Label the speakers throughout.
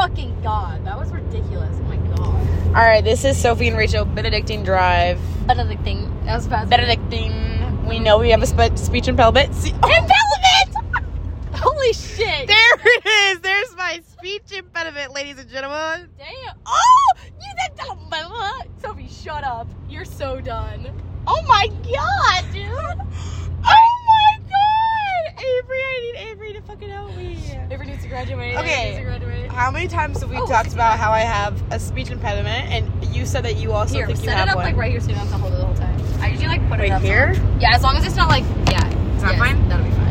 Speaker 1: fucking god. That was ridiculous. Oh my god.
Speaker 2: All right, this is Sophie and Rachel Benedictine Drive.
Speaker 1: Benedictine. That was fast.
Speaker 2: Benedictine. We know we have a spe- speech impediment. See- impediment!
Speaker 1: Holy shit.
Speaker 2: There it is. There's my speech impediment, ladies and gentlemen.
Speaker 1: Damn. Oh, you said dumb. blah, blah. Sophie, shut up. You're so done.
Speaker 2: Oh my
Speaker 1: God, dude.
Speaker 2: Oh my god! Avery, I need Avery to fucking help me.
Speaker 1: Everyone needs to graduate.
Speaker 2: Okay.
Speaker 1: Everyone needs to graduate.
Speaker 2: How many times have we
Speaker 1: Oh.
Speaker 2: talked about how I have a speech impediment, and you said that you also
Speaker 1: Here,
Speaker 2: think you
Speaker 1: set
Speaker 2: have
Speaker 1: it up
Speaker 2: one?
Speaker 1: like right here so you don't have to hold it the whole time. I usually like put it
Speaker 2: right
Speaker 1: up
Speaker 2: here?
Speaker 1: Yeah, as long as it's not like yeah. Is
Speaker 2: that fine?
Speaker 1: That'll be fine.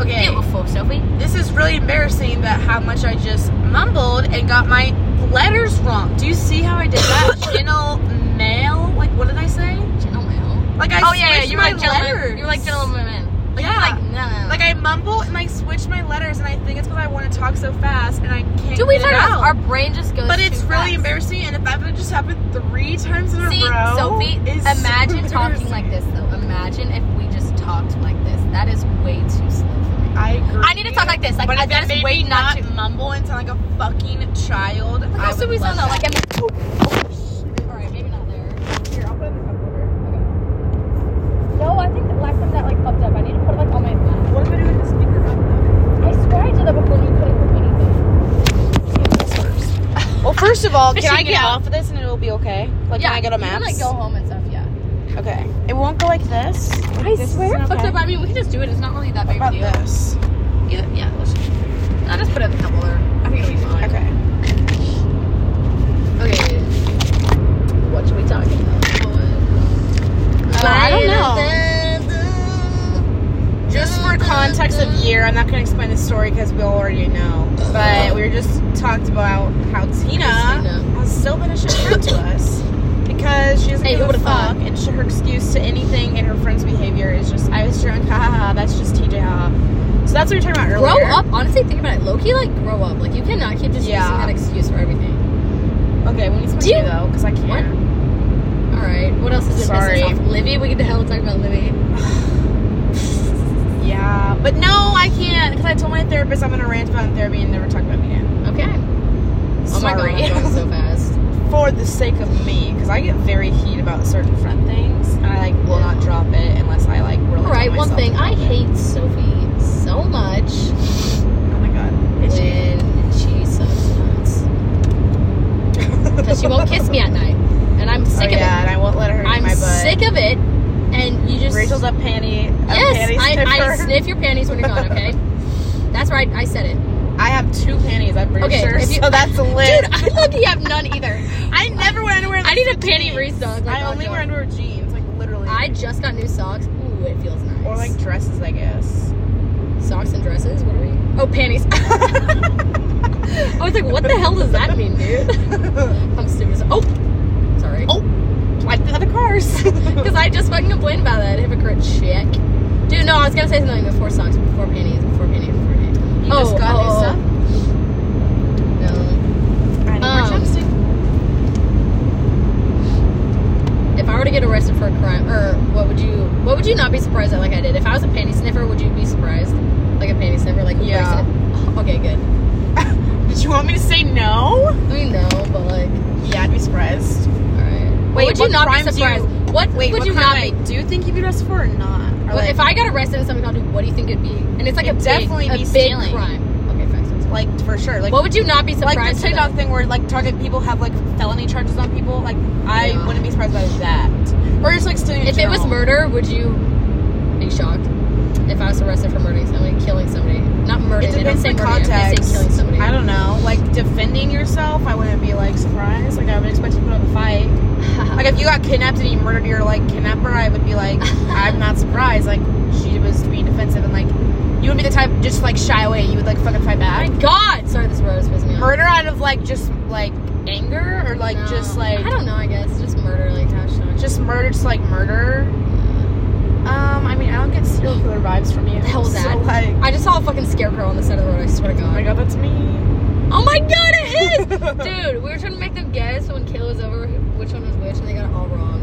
Speaker 2: Okay.
Speaker 1: Yeah, before Sophie.
Speaker 2: This is really embarrassing that how much I just mumbled and got my letters wrong. Do you see how I did that? Gentle male? Like, what did I say?
Speaker 1: Gentleman.
Speaker 2: Like, I
Speaker 1: Oh yeah, yeah.
Speaker 2: switched
Speaker 1: You were
Speaker 2: my
Speaker 1: like gentleman.
Speaker 2: letters.
Speaker 1: You were like gentleman. Like, you were
Speaker 2: Yeah.
Speaker 1: Like no, no, no.
Speaker 2: Like, I mumble and I switch my letters, and I think it's because I want to talk so fast and I can't.
Speaker 1: do we
Speaker 2: get
Speaker 1: talk
Speaker 2: it
Speaker 1: about
Speaker 2: out.
Speaker 1: our brain just goes.
Speaker 2: But
Speaker 1: too
Speaker 2: it's really
Speaker 1: fast.
Speaker 2: embarrassing, and the fact that it just happened three times in
Speaker 1: See,
Speaker 2: a row.
Speaker 1: Sophie,
Speaker 2: is so
Speaker 1: imagine talking like
Speaker 2: embarrassing.
Speaker 1: this though. Imagine if we just talked like this. That is way too slow for me.
Speaker 2: I agree.
Speaker 1: I need to talk like this. Like
Speaker 2: but
Speaker 1: I,
Speaker 2: if
Speaker 1: that
Speaker 2: it
Speaker 1: is
Speaker 2: made
Speaker 1: way
Speaker 2: me
Speaker 1: not.
Speaker 2: not
Speaker 1: too
Speaker 2: mumble and sound like a fucking child.
Speaker 1: Look
Speaker 2: I
Speaker 1: how
Speaker 2: would
Speaker 1: Sophie's
Speaker 2: love
Speaker 1: on though.
Speaker 2: that.
Speaker 1: Like I mean, oh, oh, shit. All right, maybe not there.
Speaker 2: Here, I'll put it in the cup holder.
Speaker 1: No, I think the last time that like popped up, I need to put it like on my lap.
Speaker 2: What am I doing with the speaker
Speaker 1: I swear I did that before you couldn't put anything.
Speaker 2: Well, first of all, can I
Speaker 1: Fishing it
Speaker 2: get
Speaker 1: out.
Speaker 2: off of this and it'll be okay? Like,
Speaker 1: yeah,
Speaker 2: can I go to
Speaker 1: you can,
Speaker 2: maps?
Speaker 1: like go home and stuff. Yeah.
Speaker 2: Okay. It won't go like this. Like,
Speaker 1: I
Speaker 2: this
Speaker 1: swear it
Speaker 2: isn't
Speaker 1: fucked
Speaker 2: okay.
Speaker 1: up. I mean, we can just do it. It's not really that
Speaker 2: What
Speaker 1: big of a
Speaker 2: about
Speaker 1: deal.
Speaker 2: this?
Speaker 1: Either, yeah. Let's just, I'll just put it in the cup holder. I think it'll be fine.
Speaker 2: Okay.
Speaker 1: Okay. What should we talk about?
Speaker 2: I don't Just for context of year, I'm not going to explain the story because we all already know. But we were just talked about how Tina
Speaker 1: Christina.
Speaker 2: has still been a shithead to us because she doesn't
Speaker 1: Hey, who
Speaker 2: give a
Speaker 1: would've thought?
Speaker 2: fuck, and she, her excuse to anything in her friend's behavior is just "I was drunk, ha ha ha." That's just TJ, ha. ha." So that's what we were talking about
Speaker 1: Grow
Speaker 2: earlier.
Speaker 1: up. Honestly, think about it. Loki, like grow up. Like you cannot keep just
Speaker 2: Yeah.
Speaker 1: using that excuse for everything.
Speaker 2: Okay, we need someone
Speaker 1: Do
Speaker 2: to
Speaker 1: you-
Speaker 2: though because I can't.
Speaker 1: What? All right. What else is it?
Speaker 2: Sorry.
Speaker 1: Off? Livy. We get the hell talk about Livy.
Speaker 2: Yeah, but no, I can't because I told my therapist I'm gonna rant about therapy and never talk about me again.
Speaker 1: Okay. Oh my god,
Speaker 2: Sorry.
Speaker 1: I'm going so fast.
Speaker 2: For the sake of me, because I get very heat about certain friend things, and I like will not drop it unless I like really.
Speaker 1: All right.
Speaker 2: tell
Speaker 1: One
Speaker 2: myself
Speaker 1: thing I
Speaker 2: about it.
Speaker 1: hate Sophie so much
Speaker 2: Oh my god,
Speaker 1: when she sucks nuts because she won't kiss me at night, and I'm
Speaker 2: Oh,
Speaker 1: sick of
Speaker 2: yeah, and I won't let her
Speaker 1: it.
Speaker 2: eat
Speaker 1: I'm
Speaker 2: my butt.
Speaker 1: sick of it, and you just
Speaker 2: Rachel's a panty. A
Speaker 1: yes,
Speaker 2: panty
Speaker 1: I, I
Speaker 2: sniffer.
Speaker 1: sniff your panties when you're gone. Okay, that's right. I said it,
Speaker 2: I have two panties. I'm pretty
Speaker 1: Okay,
Speaker 2: sure.
Speaker 1: if you-
Speaker 2: so that's lit.
Speaker 1: dude. I lucky have none either.
Speaker 2: I never wear underwear.
Speaker 1: I need a
Speaker 2: that's
Speaker 1: panty
Speaker 2: jeans.
Speaker 1: restock, like,
Speaker 2: I
Speaker 1: on
Speaker 2: only
Speaker 1: John.
Speaker 2: wear underwear jeans, like literally.
Speaker 1: I just got new socks. Ooh, it feels nice.
Speaker 2: or like dresses, I guess.
Speaker 1: socks and dresses. What are we? Oh, panties. I was like, what the hell does that mean, dude? I'm stupid. as- Oh, sorry.
Speaker 2: Oh. like the other cars.
Speaker 1: Because I just fucking complained about that hypocrite chick. Dude, no, I was gonna say something before socks, before panties, before panties, before panties.
Speaker 2: You
Speaker 1: Oh,
Speaker 2: just got
Speaker 1: oh,
Speaker 2: new
Speaker 1: oh.
Speaker 2: stuff.
Speaker 1: No.
Speaker 2: I need
Speaker 1: Um,
Speaker 2: more chapstick.
Speaker 1: If I were to get arrested for a crime, or what would you, what would you not be surprised at like I did? If I was a panty sniffer, would you be surprised? Like a panty sniffer, like
Speaker 2: Yeah.
Speaker 1: person- Okay, good.
Speaker 2: Did you want me to say no?
Speaker 1: I mean, no, but like,
Speaker 2: Yeah, I'd be surprised.
Speaker 1: alright. What
Speaker 2: Wait,
Speaker 1: would you
Speaker 2: what
Speaker 1: not be
Speaker 2: crimes do you-
Speaker 1: surprised? what
Speaker 2: Wait,
Speaker 1: would
Speaker 2: what
Speaker 1: you not
Speaker 2: kind
Speaker 1: be?
Speaker 2: of- Do you think you'd be arrested for or not? Or
Speaker 1: Well, if I got arrested in something I'll do, what do you think it'd be? And it's like a
Speaker 2: It'd definitely
Speaker 1: big,
Speaker 2: be
Speaker 1: a big
Speaker 2: stealing.
Speaker 1: crime. Okay, facts. facts, facts.
Speaker 2: like for sure, like
Speaker 1: what would you not be surprised?
Speaker 2: like the
Speaker 1: at?
Speaker 2: TikTok thing where like target people have like felony charges on people. Like I
Speaker 1: Yeah.
Speaker 2: wouldn't be surprised by that. Or just like stealing. in
Speaker 1: If it was
Speaker 2: general.
Speaker 1: murder, would you be shocked? If I was arrested for murdering somebody, killing somebody, not murder,
Speaker 2: it
Speaker 1: they don't
Speaker 2: depends
Speaker 1: say
Speaker 2: on the
Speaker 1: murder, they
Speaker 2: context.
Speaker 1: say killing somebody.
Speaker 2: I don't know. Like defending yourself, I wouldn't be like surprised. Like I would expect you to put up a fight. Like if you got kidnapped and you murdered your like kidnapper, I would be like, I'm not surprised. Like she was being defensive and like you would be the type to just like shy away. You would like fucking fight
Speaker 1: my
Speaker 2: back.
Speaker 1: God, sorry, this road is pissing me off.
Speaker 2: Murder out of like just like anger or like
Speaker 1: No.
Speaker 2: just like
Speaker 1: I don't know. I guess just murder, like hashtag.
Speaker 2: just murder, just like murder. Um, I mean, I don't get serial killer vibes from you.
Speaker 1: The hell was
Speaker 2: so,
Speaker 1: that?
Speaker 2: Like,
Speaker 1: I just saw a fucking scarecrow on the side of the road. I swear to
Speaker 2: oh my
Speaker 1: God.
Speaker 2: god, that's me.
Speaker 1: Oh my God, it is, dude. We were trying to make them guess when Kayla was over which one was which, and they got it all wrong.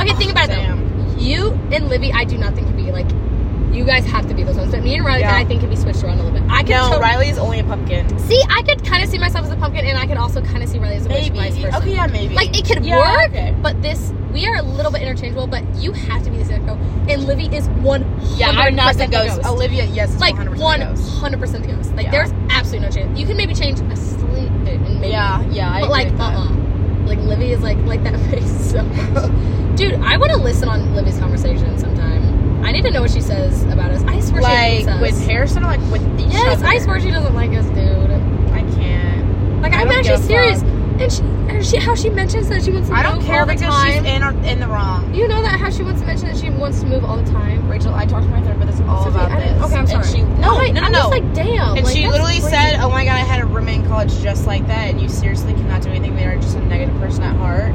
Speaker 1: Okay, think about it though.
Speaker 2: Damn.
Speaker 1: You and Livy, I do not think you'd be like you You guys have to be those ones. But me and Riley,
Speaker 2: Yeah.
Speaker 1: I think, can be switched around a little bit. I can
Speaker 2: No,
Speaker 1: totally-
Speaker 2: Riley's only a pumpkin.
Speaker 1: See, I could kind of see myself as a pumpkin, and I could also kind of see Riley as a witch,
Speaker 2: Maybe.
Speaker 1: vice versa.
Speaker 2: Okay, yeah, maybe.
Speaker 1: Like it could
Speaker 2: Yeah,
Speaker 1: work,
Speaker 2: okay.
Speaker 1: but this we are a little bit interchangeable. But you have to be the Scarecrow, and Livy is one
Speaker 2: Yeah, I'm
Speaker 1: hundred
Speaker 2: not the
Speaker 1: percent
Speaker 2: ghost. Olivia, yes, is
Speaker 1: Like
Speaker 2: 100% the
Speaker 1: one
Speaker 2: ghost.
Speaker 1: hundred percent the ghost. Like
Speaker 2: Yeah.
Speaker 1: there's absolutely no chance. You can maybe change a sleep bit and maybe,
Speaker 2: Yeah, yeah. I
Speaker 1: but
Speaker 2: agree
Speaker 1: like
Speaker 2: with
Speaker 1: uh
Speaker 2: that.
Speaker 1: uh like Livy is like like that face so much. Dude, I want to listen on Livy's conversation sometime. I need to know what she says about us. I swear she hates
Speaker 2: Like
Speaker 1: us.
Speaker 2: with Harrison, or like with each
Speaker 1: yes,
Speaker 2: other.
Speaker 1: I swear she doesn't like us, dude.
Speaker 2: I can't.
Speaker 1: Like
Speaker 2: I
Speaker 1: I'm
Speaker 2: don't give
Speaker 1: actually
Speaker 2: a
Speaker 1: serious. And she, or she, how she mentions that she wants to
Speaker 2: I
Speaker 1: move
Speaker 2: don't care
Speaker 1: all the
Speaker 2: because
Speaker 1: time.
Speaker 2: she's in or, in the wrong.
Speaker 1: you know that how she wants to mention that she wants to move all the time.
Speaker 2: Rachel, I talked to my therapist all
Speaker 1: Sophie,
Speaker 2: about
Speaker 1: I
Speaker 2: this.
Speaker 1: didn't- okay, I'm
Speaker 2: And
Speaker 1: sorry.
Speaker 2: she, no,
Speaker 1: I,
Speaker 2: no, no,
Speaker 1: I'm
Speaker 2: no.
Speaker 1: Just like damn.
Speaker 2: and
Speaker 1: like,
Speaker 2: she
Speaker 1: that's
Speaker 2: literally
Speaker 1: crazy.
Speaker 2: said, "Oh my god, I had a roommate in college just like that, and you seriously cannot do anything. They are just a negative person at heart,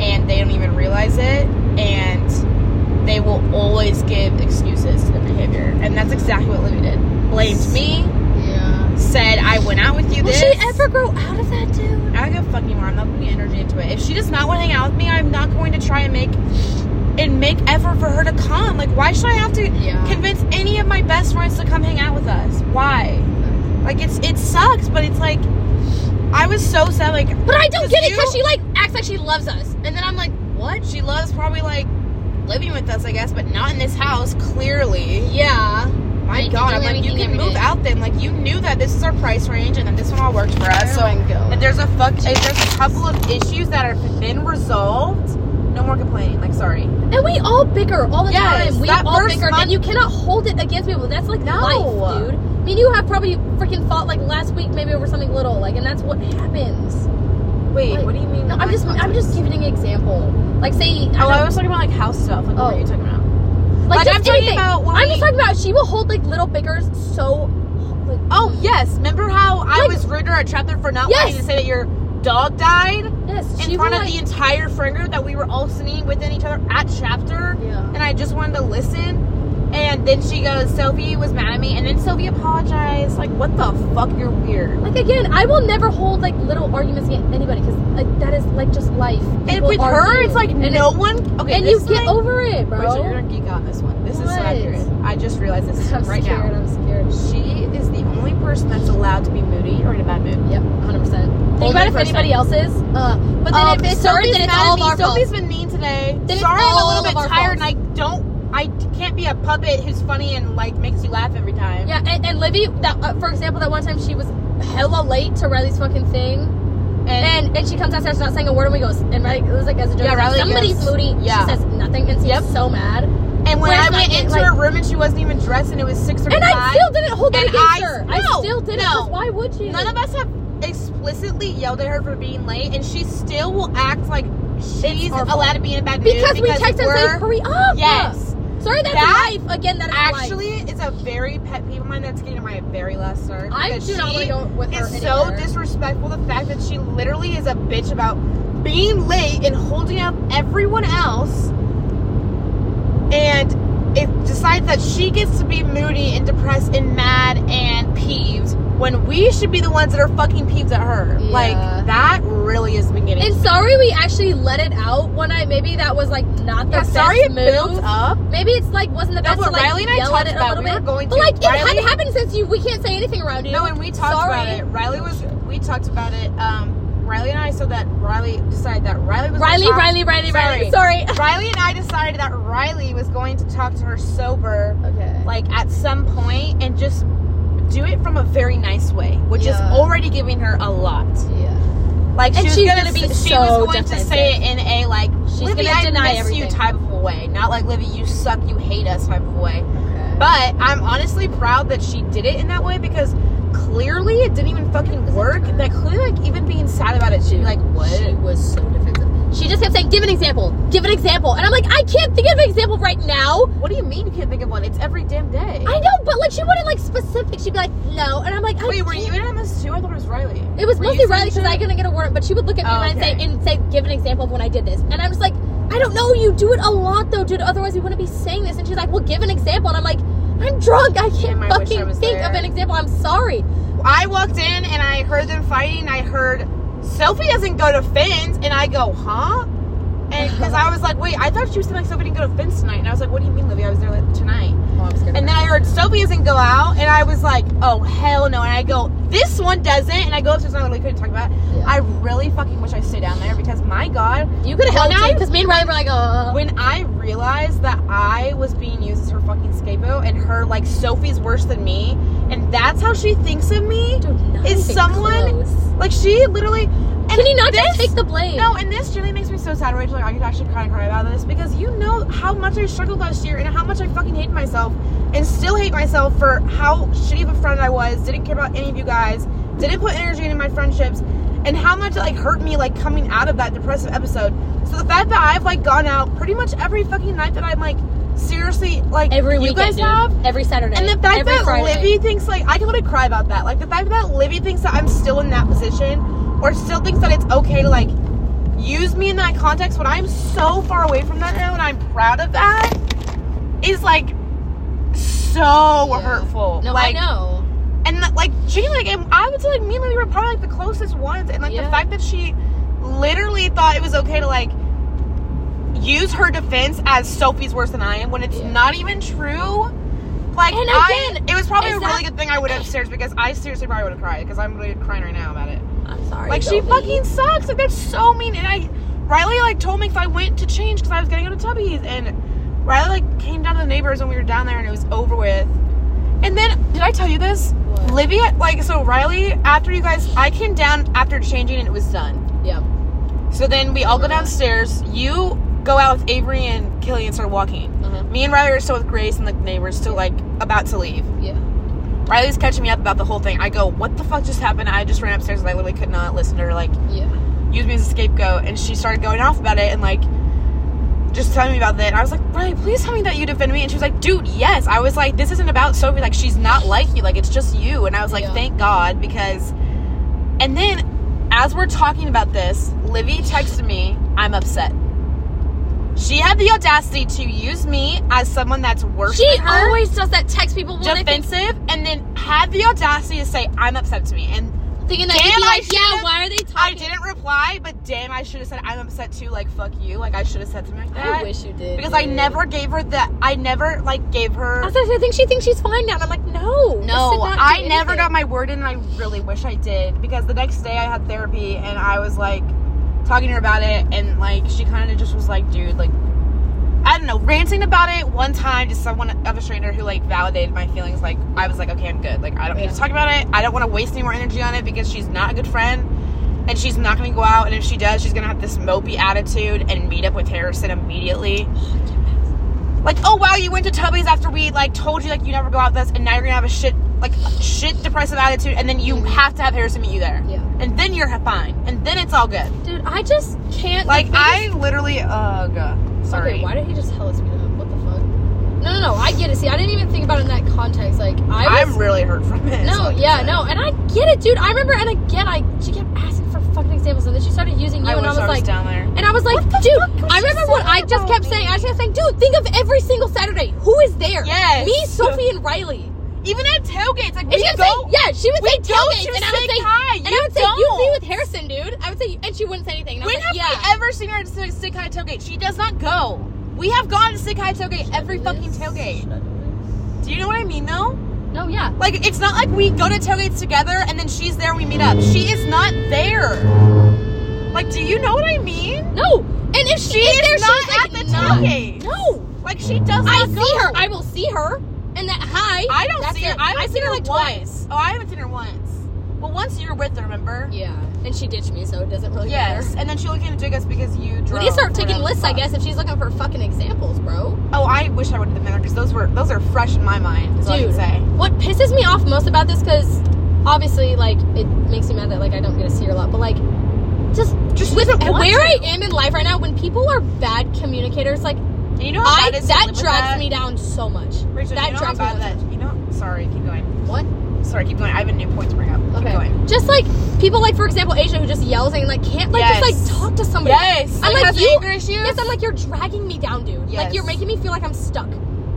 Speaker 2: and they don't even realize it, and they will always give excuses to their behavior, and that's exactly what Libby did. Blamed me,
Speaker 1: Yeah.
Speaker 2: said I went out with you.
Speaker 1: Will
Speaker 2: uh, this.
Speaker 1: she ever grow out of that, dude?
Speaker 2: I don't give a fucking more. I'm not putting energy into it. If she does not want to hang out with me, I'm not going to try and make and make effort for her to come. Like, why should I have to
Speaker 1: Yeah.
Speaker 2: convince any of my best friends to come hang out with us? Why? Like, it's it sucks, but it's like I was so sad. Like,
Speaker 1: But I don't
Speaker 2: Does
Speaker 1: get it because
Speaker 2: you-
Speaker 1: she like acts like she loves us, and then I'm like, what?
Speaker 2: she loves probably like living with us, I guess, but not in this house. Clearly,
Speaker 1: Yeah.
Speaker 2: my
Speaker 1: Like,
Speaker 2: God, I'm
Speaker 1: doing
Speaker 2: like, you
Speaker 1: everything
Speaker 2: can
Speaker 1: every
Speaker 2: move
Speaker 1: day.
Speaker 2: out then. Like, you knew that this is our price range, and that this one all worked for us. so But there's a fuck. If there's a couple of issues that have been resolved, no more complaining. Like, sorry.
Speaker 1: And we all bicker all the
Speaker 2: Yes,
Speaker 1: time. We
Speaker 2: that
Speaker 1: all
Speaker 2: first
Speaker 1: bicker,
Speaker 2: month-
Speaker 1: and you cannot hold it against people. That's like
Speaker 2: No.
Speaker 1: life, dude. I mean, you have probably freaking fought like last week, maybe over something little, like, and that's what happens.
Speaker 2: Wait,
Speaker 1: Like,
Speaker 2: what do you mean?
Speaker 1: No, I'm just, I'm just giving an example. Like, say,
Speaker 2: Oh,
Speaker 1: I
Speaker 2: I
Speaker 1: don't,
Speaker 2: was talking about like house stuff. Like, what
Speaker 1: Oh.
Speaker 2: are you talking about?
Speaker 1: like,
Speaker 2: like,
Speaker 1: just
Speaker 2: I'm talking
Speaker 1: anything.
Speaker 2: about when
Speaker 1: I'm
Speaker 2: we-
Speaker 1: just talking about she will hold like little bickers so, like,
Speaker 2: Oh yes, remember how I
Speaker 1: Like-
Speaker 2: was rude to her at Trapper for not
Speaker 1: Yes.
Speaker 2: wanting to say that your dog died in
Speaker 1: yes, she
Speaker 2: front
Speaker 1: will,
Speaker 2: of the entire friend group that we were all sitting within each other at Chapter,
Speaker 1: like, yeah.
Speaker 2: and I just wanted to listen. And then she goes, Sylvie was mad at me, and then Sylvie apologized. Like, what the fuck? You're weird.
Speaker 1: Like again, I will never hold like little arguments against anybody because like that is like just life.
Speaker 2: And
Speaker 1: People
Speaker 2: with her,
Speaker 1: argue.
Speaker 2: it's like
Speaker 1: and
Speaker 2: no one. Okay,
Speaker 1: and you
Speaker 2: this
Speaker 1: get
Speaker 2: time-
Speaker 1: over it, bro.
Speaker 2: Rachel, you're gonna geek out on this one. This is so
Speaker 1: What?
Speaker 2: accurate. I just realized this
Speaker 1: I'm
Speaker 2: right
Speaker 1: scared.
Speaker 2: now.
Speaker 1: I'm scared.
Speaker 2: She is the only person that's allowed to be moody or in a bad mood.
Speaker 1: Yep, 100. percent
Speaker 2: Only
Speaker 1: Think about if
Speaker 2: person.
Speaker 1: anybody else is. Uh, but then
Speaker 2: Um,
Speaker 1: if it's her,
Speaker 2: Sophie's
Speaker 1: then it's
Speaker 2: mad at
Speaker 1: all
Speaker 2: me.
Speaker 1: of our fault.
Speaker 2: Sophie's been mean today.
Speaker 1: Then it's
Speaker 2: Sorry, I'm a
Speaker 1: all
Speaker 2: little
Speaker 1: of our
Speaker 2: bit tired,
Speaker 1: fault.
Speaker 2: and I don't. I can't be a puppet who's funny and like makes you laugh every time.
Speaker 1: Yeah, and, and Livy, that uh, for example, that one time she was hella late to Riley's fucking thing,
Speaker 2: and,
Speaker 1: and and she comes downstairs not saying a word, and we goes, and Riley it was like as a joke,
Speaker 2: Yeah,
Speaker 1: it's like,
Speaker 2: Riley
Speaker 1: somebody's
Speaker 2: goes-
Speaker 1: moody.
Speaker 2: yeah.
Speaker 1: She says nothing, and she's
Speaker 2: Yep.
Speaker 1: so mad.
Speaker 2: and when
Speaker 1: where's
Speaker 2: I went
Speaker 1: my-
Speaker 2: into
Speaker 1: like-
Speaker 2: her room and she wasn't even dressed, and it was six
Speaker 1: And I still didn't hold that
Speaker 2: And
Speaker 1: against
Speaker 2: I-
Speaker 1: her.
Speaker 2: no,
Speaker 1: I still didn't. 'cause
Speaker 2: no.
Speaker 1: Why would you?
Speaker 2: None of us have explicitly yelled at her for being late, and she still will act like she's
Speaker 1: our fault.
Speaker 2: allowed to be in a bad mood
Speaker 1: because we text and say,
Speaker 2: we're-
Speaker 1: "Hurry up!"
Speaker 2: Yes.
Speaker 1: Sorry, that's
Speaker 2: That
Speaker 1: life. Again, that is life.
Speaker 2: actually it's a very pet peeve of mine that's getting on my very last nerve.
Speaker 1: I
Speaker 2: because
Speaker 1: do not want to
Speaker 2: she
Speaker 1: go with her
Speaker 2: is so
Speaker 1: anywhere.
Speaker 2: disrespectful. The fact that she literally is a bitch about being late and holding up everyone else, and it decides that she gets to be moody and depressed and mad and peeved when we should be the ones that are fucking peeved at her.
Speaker 1: Yeah.
Speaker 2: Like that really is the beginning.
Speaker 1: And sorry, we actually let it out one night. Maybe that was like not the
Speaker 2: yeah,
Speaker 1: best
Speaker 2: sorry it
Speaker 1: move.
Speaker 2: built up.
Speaker 1: Maybe it's like wasn't the
Speaker 2: No,
Speaker 1: best
Speaker 2: but
Speaker 1: to like
Speaker 2: Riley and I
Speaker 1: yell
Speaker 2: talked
Speaker 1: at it
Speaker 2: about
Speaker 1: a
Speaker 2: it.
Speaker 1: little
Speaker 2: We were
Speaker 1: bit.
Speaker 2: going
Speaker 1: but
Speaker 2: to-
Speaker 1: like it
Speaker 2: Riley-
Speaker 1: hadn't happened since you. We can't say anything around you.
Speaker 2: No, and we talked
Speaker 1: Sorry.
Speaker 2: about it. Riley was. We talked about it. Um, Riley and I said that Riley decided that Riley was.
Speaker 1: Riley,
Speaker 2: gonna talk-
Speaker 1: Riley, Riley, Riley.
Speaker 2: Sorry.
Speaker 1: Sorry.
Speaker 2: Riley and I decided that Riley was going to talk to her sober,
Speaker 1: Okay.
Speaker 2: like at some point, and just do it from a very nice way, which is
Speaker 1: Yeah.
Speaker 2: already giving her a lot.
Speaker 1: yeah.
Speaker 2: Like
Speaker 1: And
Speaker 2: she was
Speaker 1: she's
Speaker 2: gonna,
Speaker 1: gonna be
Speaker 2: s- she
Speaker 1: so
Speaker 2: was going to
Speaker 1: defensive.
Speaker 2: say it in a like
Speaker 1: She's
Speaker 2: Libby,
Speaker 1: gonna
Speaker 2: I
Speaker 1: deny
Speaker 2: miss you
Speaker 1: everything.
Speaker 2: type of way, not like Libby, you suck, you hate us type of way.
Speaker 1: Okay.
Speaker 2: But I'm honestly proud that she did it in that way because clearly it didn't even fucking work. That clearly, like, even being sad about it, she'd be like, what?
Speaker 1: She was so defensive. She just kept saying, "Give an example. Give an example." And I'm like, I can't think of an example right now.
Speaker 2: What do you mean you can't think of one? It's every damn day.
Speaker 1: I know, but like she wanted like specific. She'd be like, "No," and I'm like, I
Speaker 2: Wait, were
Speaker 1: can't-
Speaker 2: you in on this too? I thought it was Riley.
Speaker 1: It was
Speaker 2: Were
Speaker 1: mostly
Speaker 2: you
Speaker 1: Riley because I
Speaker 2: thinking-
Speaker 1: couldn't get a warrant, but she would look at me
Speaker 2: Oh,
Speaker 1: and say
Speaker 2: okay.
Speaker 1: and say give an example of when I did this, and I'm just like, I don't know. You do it a lot though, dude. Otherwise, you wouldn't be saying this. And she's like, well, give an example, and I'm like, I'm drunk. I can't
Speaker 2: Damn, I wish I
Speaker 1: fucking
Speaker 2: was
Speaker 1: think of
Speaker 2: there.
Speaker 1: an example. I'm sorry.
Speaker 2: I walked in and I heard them fighting. I heard Sophie doesn't go to Finn's, and I go, huh? And because I was like, wait, I thought she was like Sophie didn't go to Finn's tonight, and I was like, what do you mean, Livy? I was there like tonight.
Speaker 1: Oh, I'm scared.
Speaker 2: And
Speaker 1: of
Speaker 2: then I heard Sophie doesn't go out, and I was like, oh hell no. And I go, this one doesn't. And I go up to another like couldn't talk about. it.
Speaker 1: Yeah.
Speaker 2: I really fucking wish I stayed down there because my god,
Speaker 1: her. you could have
Speaker 2: Well,
Speaker 1: helped
Speaker 2: now-
Speaker 1: because me and Riley were like, oh.
Speaker 2: when I realized that I was being used as her fucking scapegoat, and her like Sophie's worse than me, and that's how she thinks of me.
Speaker 1: Dude, not
Speaker 2: Is
Speaker 1: even
Speaker 2: someone-
Speaker 1: close.
Speaker 2: Like she literally. And
Speaker 1: Can you not just
Speaker 2: this-
Speaker 1: take the blame?
Speaker 2: No, and this really makes me so sad, Rachel. Like, I could actually cry and cry about this because you know how much I struggled last year and how much I fucking hated myself and still hate myself for how shitty of a friend I was, didn't care about any of you guys, didn't put energy into my friendships, and how much it like hurt me like coming out of that depressive episode. So the fact that I've like gone out pretty much every fucking night that I'm like seriously like
Speaker 1: every
Speaker 2: you
Speaker 1: weekend,
Speaker 2: guys
Speaker 1: dude.
Speaker 2: have
Speaker 1: every Saturday,
Speaker 2: and the fact
Speaker 1: every
Speaker 2: that
Speaker 1: Friday.
Speaker 2: Livy thinks like I can only cry about that. Like the fact that Livy thinks that I'm still in that position, or still thinks that it's okay to like use me in that context when I'm so far away from that now, and I'm proud of that, is like so
Speaker 1: Yeah.
Speaker 2: hurtful.
Speaker 1: no,
Speaker 2: like,
Speaker 1: I know.
Speaker 2: And like she like and I would say like me and Livy were probably like the closest ones, and like
Speaker 1: Yeah.
Speaker 2: the fact that she literally thought it was okay to like use her defense as Sophie's worse than I am when it's
Speaker 1: Yeah.
Speaker 2: not even true. Like
Speaker 1: And
Speaker 2: I-
Speaker 1: again,
Speaker 2: it was probably a
Speaker 1: is
Speaker 2: really
Speaker 1: that-
Speaker 2: good thing I went upstairs because I seriously probably would have cried because I'm really crying right now about it.
Speaker 1: I'm sorry.
Speaker 2: Like she
Speaker 1: Sophie.
Speaker 2: fucking sucks. Like that's so mean. And I Riley like told me if I went to change because I was getting out of Tubby's and Riley like came down to the neighbors when we were down there and it was over with. And then did I tell you this?
Speaker 1: What?
Speaker 2: Livy like so Riley after you guys I came down after changing and it was done.
Speaker 1: Yeah.
Speaker 2: So then we all go
Speaker 1: Right.
Speaker 2: downstairs. You go out with Avery and Killian start walking.
Speaker 1: Uh-huh.
Speaker 2: Me and Riley are still with Grace and the neighbors still like about to leave.
Speaker 1: Yeah.
Speaker 2: Riley's catching me up about the whole thing. I go, what the fuck just happened? I just ran upstairs and I literally could not listen to her like
Speaker 1: Yeah.
Speaker 2: use me as a scapegoat. And she started going off about it and like just telling me about that. And I was like, Riley, please tell me that you defend me. And she was like, dude, yes. I was like, this isn't about Sophie. Like, she's not like you. Like, it's just you. And I was like,
Speaker 1: Yeah.
Speaker 2: thank God because. And then as we're talking about this, Livy texted me, I'm upset. She had the audacity to use me as someone that's worse
Speaker 1: She
Speaker 2: than her
Speaker 1: always does that. Text people when they think,
Speaker 2: defensive and then had the audacity to say I'm upset to me and
Speaker 1: thinking that
Speaker 2: Damn,
Speaker 1: you'd be
Speaker 2: I
Speaker 1: like, yeah,
Speaker 2: should've-
Speaker 1: why are they talking?
Speaker 2: I didn't reply but damn I should have said I'm upset too like fuck you like I should have said something like that
Speaker 1: I wish you did.
Speaker 2: because
Speaker 1: dude.
Speaker 2: I never gave her that I never like gave her
Speaker 1: I was like, I think she thinks she's fine now. And I'm like, no. this did
Speaker 2: no
Speaker 1: not do
Speaker 2: I never
Speaker 1: anything.
Speaker 2: got my word in and I really wish I did because the next day I had therapy and I was like talking to her about it and like she kind of just was like dude like I don't know, ranting about it one time to someone of a stranger who like validated my feelings. Like I was like, okay, I'm good. Like I don't need to
Speaker 1: Yeah.
Speaker 2: talk about it. I don't want to waste any more energy on it because she's not a good friend, and she's not going to go out. And if she does, she's going to have this mopey attitude and meet up with Harrison immediately. Like, oh wow, you went to Tubby's after we like told you like you never go out with us, and now you're gonna have a shit like shit depressive attitude, and then you have to have Harrison meet you there,
Speaker 1: Mm-hmm. Yeah.
Speaker 2: and then you're fine, and then it's all good.
Speaker 1: Dude, I just can't.
Speaker 2: Like
Speaker 1: the
Speaker 2: I literally, ugh,
Speaker 1: biggest-
Speaker 2: sorry.
Speaker 1: Okay, why did he just tell us? What the fuck? No, no, no. I get it. See, I didn't even think about it in that context. Like, I was.
Speaker 2: I'm really hurt from it.
Speaker 1: No,
Speaker 2: so I can
Speaker 1: yeah,
Speaker 2: say.
Speaker 1: no, and I get it, dude. I remember, and again, I she kept asking for fucking examples, and then she started using you,
Speaker 2: I
Speaker 1: and
Speaker 2: wish
Speaker 1: I was like,
Speaker 2: down there.
Speaker 1: and I was like,
Speaker 2: the
Speaker 1: dude,
Speaker 2: fuck was
Speaker 1: I
Speaker 2: she
Speaker 1: remember what I
Speaker 2: saying
Speaker 1: just
Speaker 2: about
Speaker 1: kept
Speaker 2: me?
Speaker 1: saying. I just kept saying, dude, think of every single Saturday. Who is there?
Speaker 2: Yes.
Speaker 1: me, Sophie, and Riley.
Speaker 2: Even at tailgates, like
Speaker 1: And she
Speaker 2: we
Speaker 1: would say,
Speaker 2: go.
Speaker 1: yeah, she would
Speaker 2: we
Speaker 1: say
Speaker 2: go
Speaker 1: tailgates,
Speaker 2: to
Speaker 1: and I would
Speaker 2: say
Speaker 1: say,
Speaker 2: hi.
Speaker 1: and
Speaker 2: You
Speaker 1: I would say, you be
Speaker 2: don't."
Speaker 1: with Harrison, dude. I would say, and she wouldn't say anything. And I
Speaker 2: When
Speaker 1: was
Speaker 2: have
Speaker 1: like, yeah.
Speaker 2: we ever seen her at Sig Sig High tailgate? She does not go. We have gone to Sig High tailgate every fucking tailgate. Do you know what I mean though?
Speaker 1: No, yeah.
Speaker 2: Like it's not like we go to tailgates together and then she's there and we meet up. She is not there. Like, do you know what I mean?
Speaker 1: No. And if she,
Speaker 2: She
Speaker 1: is,
Speaker 2: is
Speaker 1: there,
Speaker 2: not
Speaker 1: she's like,
Speaker 2: at the
Speaker 1: "Nah."
Speaker 2: tailgate.
Speaker 1: No.
Speaker 2: Like she does not
Speaker 1: I
Speaker 2: go.
Speaker 1: see her. I will see her. And that hi.
Speaker 2: I don't
Speaker 1: That's
Speaker 2: see her.
Speaker 1: it.
Speaker 2: I haven't
Speaker 1: I've
Speaker 2: seen her,
Speaker 1: like
Speaker 2: once. Oh, I haven't seen her once. Well, once you were with her, remember?
Speaker 1: Yeah. And she ditched me, so it doesn't really
Speaker 2: Yes,
Speaker 1: matter.
Speaker 2: and then she looked into us because you drove.
Speaker 1: We need to start
Speaker 2: or
Speaker 1: taking
Speaker 2: whatever the
Speaker 1: lists, I
Speaker 2: fuck.
Speaker 1: guess, if she's looking for fucking examples, bro.
Speaker 2: Oh, I wish I would have been there because those were those are fresh in my mind. Is all I can
Speaker 1: Dude.
Speaker 2: say.
Speaker 1: What pisses me off most about this, because obviously, like, it makes me mad that like I don't get to see her a lot, but like, just
Speaker 2: Just
Speaker 1: with
Speaker 2: doesn't want
Speaker 1: where I
Speaker 2: to.
Speaker 1: am in life right now, when people are bad communicators, like
Speaker 2: And you know how
Speaker 1: I
Speaker 2: bad it is to
Speaker 1: that
Speaker 2: live with
Speaker 1: drags
Speaker 2: that?
Speaker 1: me down so much.
Speaker 2: Rachel,
Speaker 1: that
Speaker 2: you know
Speaker 1: drives me
Speaker 2: how bad
Speaker 1: down.
Speaker 2: that. You know. Sorry, keep going.
Speaker 1: What?
Speaker 2: Sorry, keep going. I have a new point to bring up. Keep going.
Speaker 1: Just like people like for example Asia who just yells and like can't like
Speaker 2: Yes.
Speaker 1: just like talk to somebody. I'm
Speaker 2: Like,
Speaker 1: like,
Speaker 2: has
Speaker 1: you-
Speaker 2: anger issues.
Speaker 1: Yes, I'm like you're dragging me down, dude.
Speaker 2: Yes.
Speaker 1: Like you're making me feel like I'm stuck.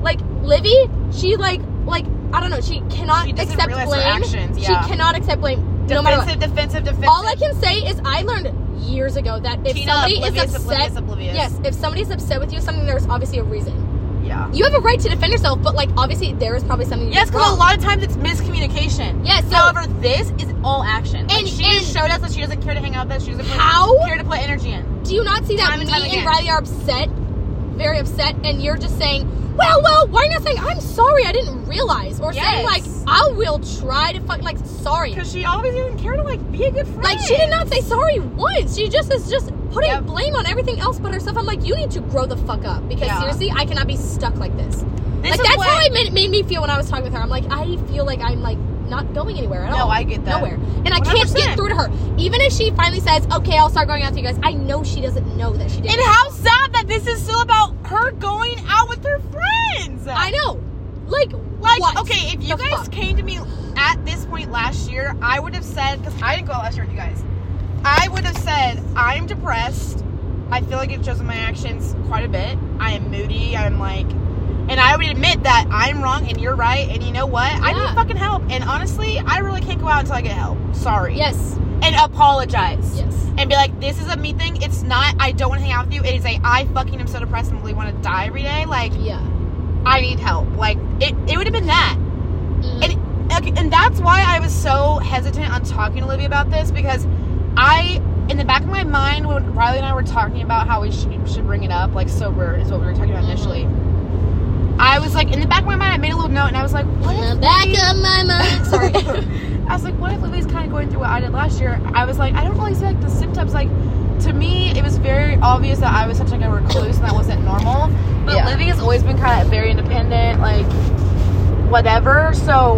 Speaker 1: Like Livy, she like like I don't know, she cannot
Speaker 2: She doesn't
Speaker 1: accept
Speaker 2: realize
Speaker 1: blame.
Speaker 2: her actions. Yeah.
Speaker 1: She cannot accept blame no matter
Speaker 2: defensive, defensive, defensive.
Speaker 1: what. All I can say is I learned years ago that if
Speaker 2: Tina,
Speaker 1: somebody
Speaker 2: oblivious,
Speaker 1: is upset,
Speaker 2: oblivious, oblivious.
Speaker 1: yes, if somebody's upset with you, something there's obviously a reason.
Speaker 2: Yeah.
Speaker 1: You have a right to defend yourself, but like obviously there is probably something. you
Speaker 2: Yes,
Speaker 1: did
Speaker 2: because a
Speaker 1: wrong.
Speaker 2: lot of times it's miscommunication.
Speaker 1: Yes, so-
Speaker 2: However, this is all action. Like,
Speaker 1: And-
Speaker 2: she
Speaker 1: and-
Speaker 2: just showed us that she doesn't care to hang out. That she doesn't put-
Speaker 1: How?
Speaker 2: care to put energy in.
Speaker 1: Do you not see that
Speaker 2: Time and
Speaker 1: me
Speaker 2: time
Speaker 1: and
Speaker 2: again.
Speaker 1: Riley are upset, very upset, and you're just saying, "Well, well, why are you not saying I'm sorry? I didn't realize," or saying like,
Speaker 2: Yes.
Speaker 1: "I will try to fuck like sorry."
Speaker 2: Because she always didn't care to like be a good friend.
Speaker 1: Like she did not say sorry once. She just is just putting
Speaker 2: Yep.
Speaker 1: blame on everything else but herself. I'm like, you need to grow the fuck up because
Speaker 2: Yeah.
Speaker 1: seriously, I cannot be stuck like this.
Speaker 2: This
Speaker 1: like
Speaker 2: is
Speaker 1: that's
Speaker 2: what-
Speaker 1: how it made, made me feel when I was talking with her. I'm like, I feel like I'm like not going anywhere at
Speaker 2: No,
Speaker 1: all.
Speaker 2: I get that.
Speaker 1: Nowhere, and I can't
Speaker 2: 100%.
Speaker 1: get through to her. Even if she finally says, "Okay, I'll start going out to you guys," I know she doesn't know that she did.
Speaker 2: And how sad that this is still about her going out with her friends.
Speaker 1: I know, like,
Speaker 2: Like,
Speaker 1: what?
Speaker 2: okay, if you
Speaker 1: the
Speaker 2: guys
Speaker 1: fuck?
Speaker 2: came to me at this point last year, I would have said, because I didn't go out last year with you guys, I would have said, I'm depressed. I feel like it shows in my actions quite a bit. I am moody. I'm like, and I would admit that I'm wrong and you're right. And you know what? I
Speaker 1: Yeah.
Speaker 2: need fucking help. And honestly, I really can't go out until I get help. Sorry.
Speaker 1: Yes,
Speaker 2: And apologize.
Speaker 1: yes,
Speaker 2: And be like, this is a me thing. It's not, I don't want to hang out with you. It is a, I fucking am so depressed and really want to die every day. Like,
Speaker 1: yeah.
Speaker 2: I need help. Like, it, it would have been that.
Speaker 1: Mm.
Speaker 2: And Okay, and that's why I was so hesitant on talking to Libby about this because I, in the back of my mind, when Riley and I were talking about how we should, should bring it up, like sober is what we were talking about initially. I was like, in the back of my mind, I made a little note and I was like, what
Speaker 1: In
Speaker 2: if
Speaker 1: the back
Speaker 2: Libby-
Speaker 1: of my mind. Sorry.
Speaker 2: I was like, what if Libby's kind of going through what I did last year? I was like, I don't really see like the symptoms. Like, to me, it was very obvious that I was such like a recluse and that wasn't normal. But
Speaker 1: Yeah.
Speaker 2: Libby has always been kind of very independent, like whatever. So,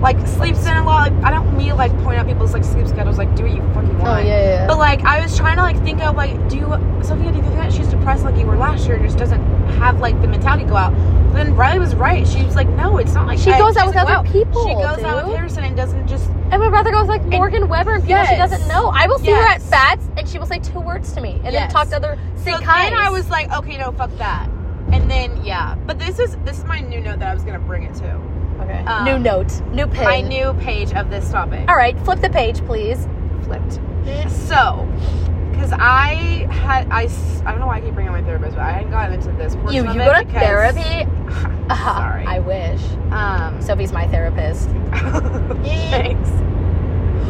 Speaker 2: like sleeps in a lot. Like, I don't mean like point out people's like sleep schedules. Like, do what you fucking want.
Speaker 1: Oh, yeah.
Speaker 2: But like, I was trying to like think of like, do you, Sophia, do you think that she's depressed like you were last year and just doesn't have like the mentality to go out? But then Riley was right. She was like, no, it's not like
Speaker 1: She
Speaker 2: I-
Speaker 1: goes out
Speaker 2: she
Speaker 1: with
Speaker 2: doesn't go
Speaker 1: other people,
Speaker 2: She goes out
Speaker 1: dude.
Speaker 2: with Harrison and doesn't just.
Speaker 1: And would rather go with like Morgan Weber and people she
Speaker 2: Yes.
Speaker 1: doesn't know. I will see
Speaker 2: Yes.
Speaker 1: her at Fats and she will say two words to me and then
Speaker 2: Yes.
Speaker 1: talk to other
Speaker 2: So
Speaker 1: same
Speaker 2: then I was like, okay, no, fuck that. And then yeah, but this is this is my new note that I was gonna bring it to.
Speaker 1: okay.
Speaker 2: um,
Speaker 1: new note, new pin.
Speaker 2: My new page of this topic.
Speaker 1: All right, flip the page, please.
Speaker 2: flipped. So, because I had I s- I don't know why I keep bringing up my therapist, but I hadn't gotten into this. Portion
Speaker 1: You
Speaker 2: of
Speaker 1: you
Speaker 2: it
Speaker 1: go to
Speaker 2: because,
Speaker 1: therapy. Ah,
Speaker 2: Sorry.
Speaker 1: I wish
Speaker 2: Um.
Speaker 1: Sophie's my therapist.
Speaker 2: thanks.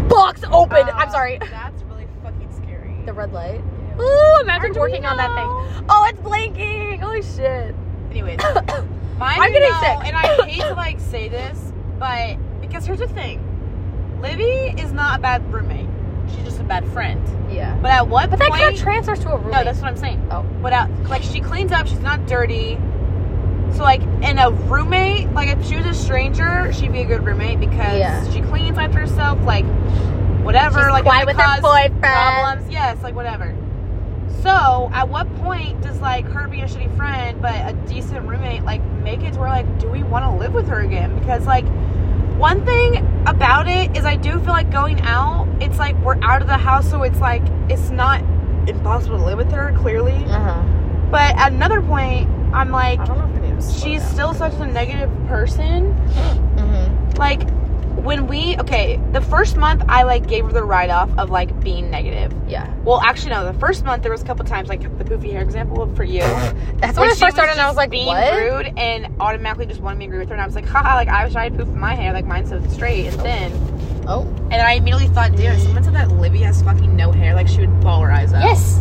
Speaker 1: Box open.
Speaker 2: Um,
Speaker 1: I'm sorry.
Speaker 2: That's really fucking scary.
Speaker 1: The red light.
Speaker 2: Ew.
Speaker 1: Ooh, imagine
Speaker 2: Aren't we
Speaker 1: working on that
Speaker 2: now?
Speaker 1: thing. Oh, it's blinking. Holy shit.
Speaker 2: Anyways,
Speaker 1: I'm
Speaker 2: mine are
Speaker 1: getting
Speaker 2: now-
Speaker 1: sick.
Speaker 2: and I hate to like say this, but because here's the thing, Libby is not a bad roommate. She's just a bad friend.
Speaker 1: yeah.
Speaker 2: But at what
Speaker 1: But that
Speaker 2: point?
Speaker 1: kind of transfers to a room.
Speaker 2: no, that's what I'm saying.
Speaker 1: Oh.
Speaker 2: But at, like she cleans up. She's not dirty. So like in a roommate, like if she was a stranger, she'd be a good roommate because
Speaker 1: Yeah.
Speaker 2: she cleans after herself. Like whatever.
Speaker 1: She's
Speaker 2: like
Speaker 1: quiet
Speaker 2: if it
Speaker 1: with her
Speaker 2: caused
Speaker 1: boyfriend.
Speaker 2: Problems. Yes, like whatever. So, at what point does like her being a shitty friend, but a decent roommate, like make it to where like, do we want to live with her again? Because like, one thing about it is I do feel like going out. It's like we're out of the house, so it's like it's not impossible to live with her clearly.
Speaker 1: Uh-huh.
Speaker 2: But at another point, I'm like,
Speaker 1: I don't know if I need to. slow
Speaker 2: she's
Speaker 1: down.
Speaker 2: still such a negative person
Speaker 1: Mhm.
Speaker 2: like when we okay the first month i like gave her the write-off of like being negative
Speaker 1: Yeah.
Speaker 2: well actually no the first month there was a couple times like the poofy hair example for you
Speaker 1: That's
Speaker 2: where
Speaker 1: when I
Speaker 2: she
Speaker 1: first started, and I
Speaker 2: just
Speaker 1: was like,
Speaker 2: being
Speaker 1: "What?"
Speaker 2: rude and automatically just wanted me to agree with her and i was like haha like i wish i had poof in my hair like mine's so straight and thin
Speaker 1: Oh,
Speaker 2: and i immediately thought dude if someone said that libby has fucking no hair like she would ball her eyes up
Speaker 1: yes.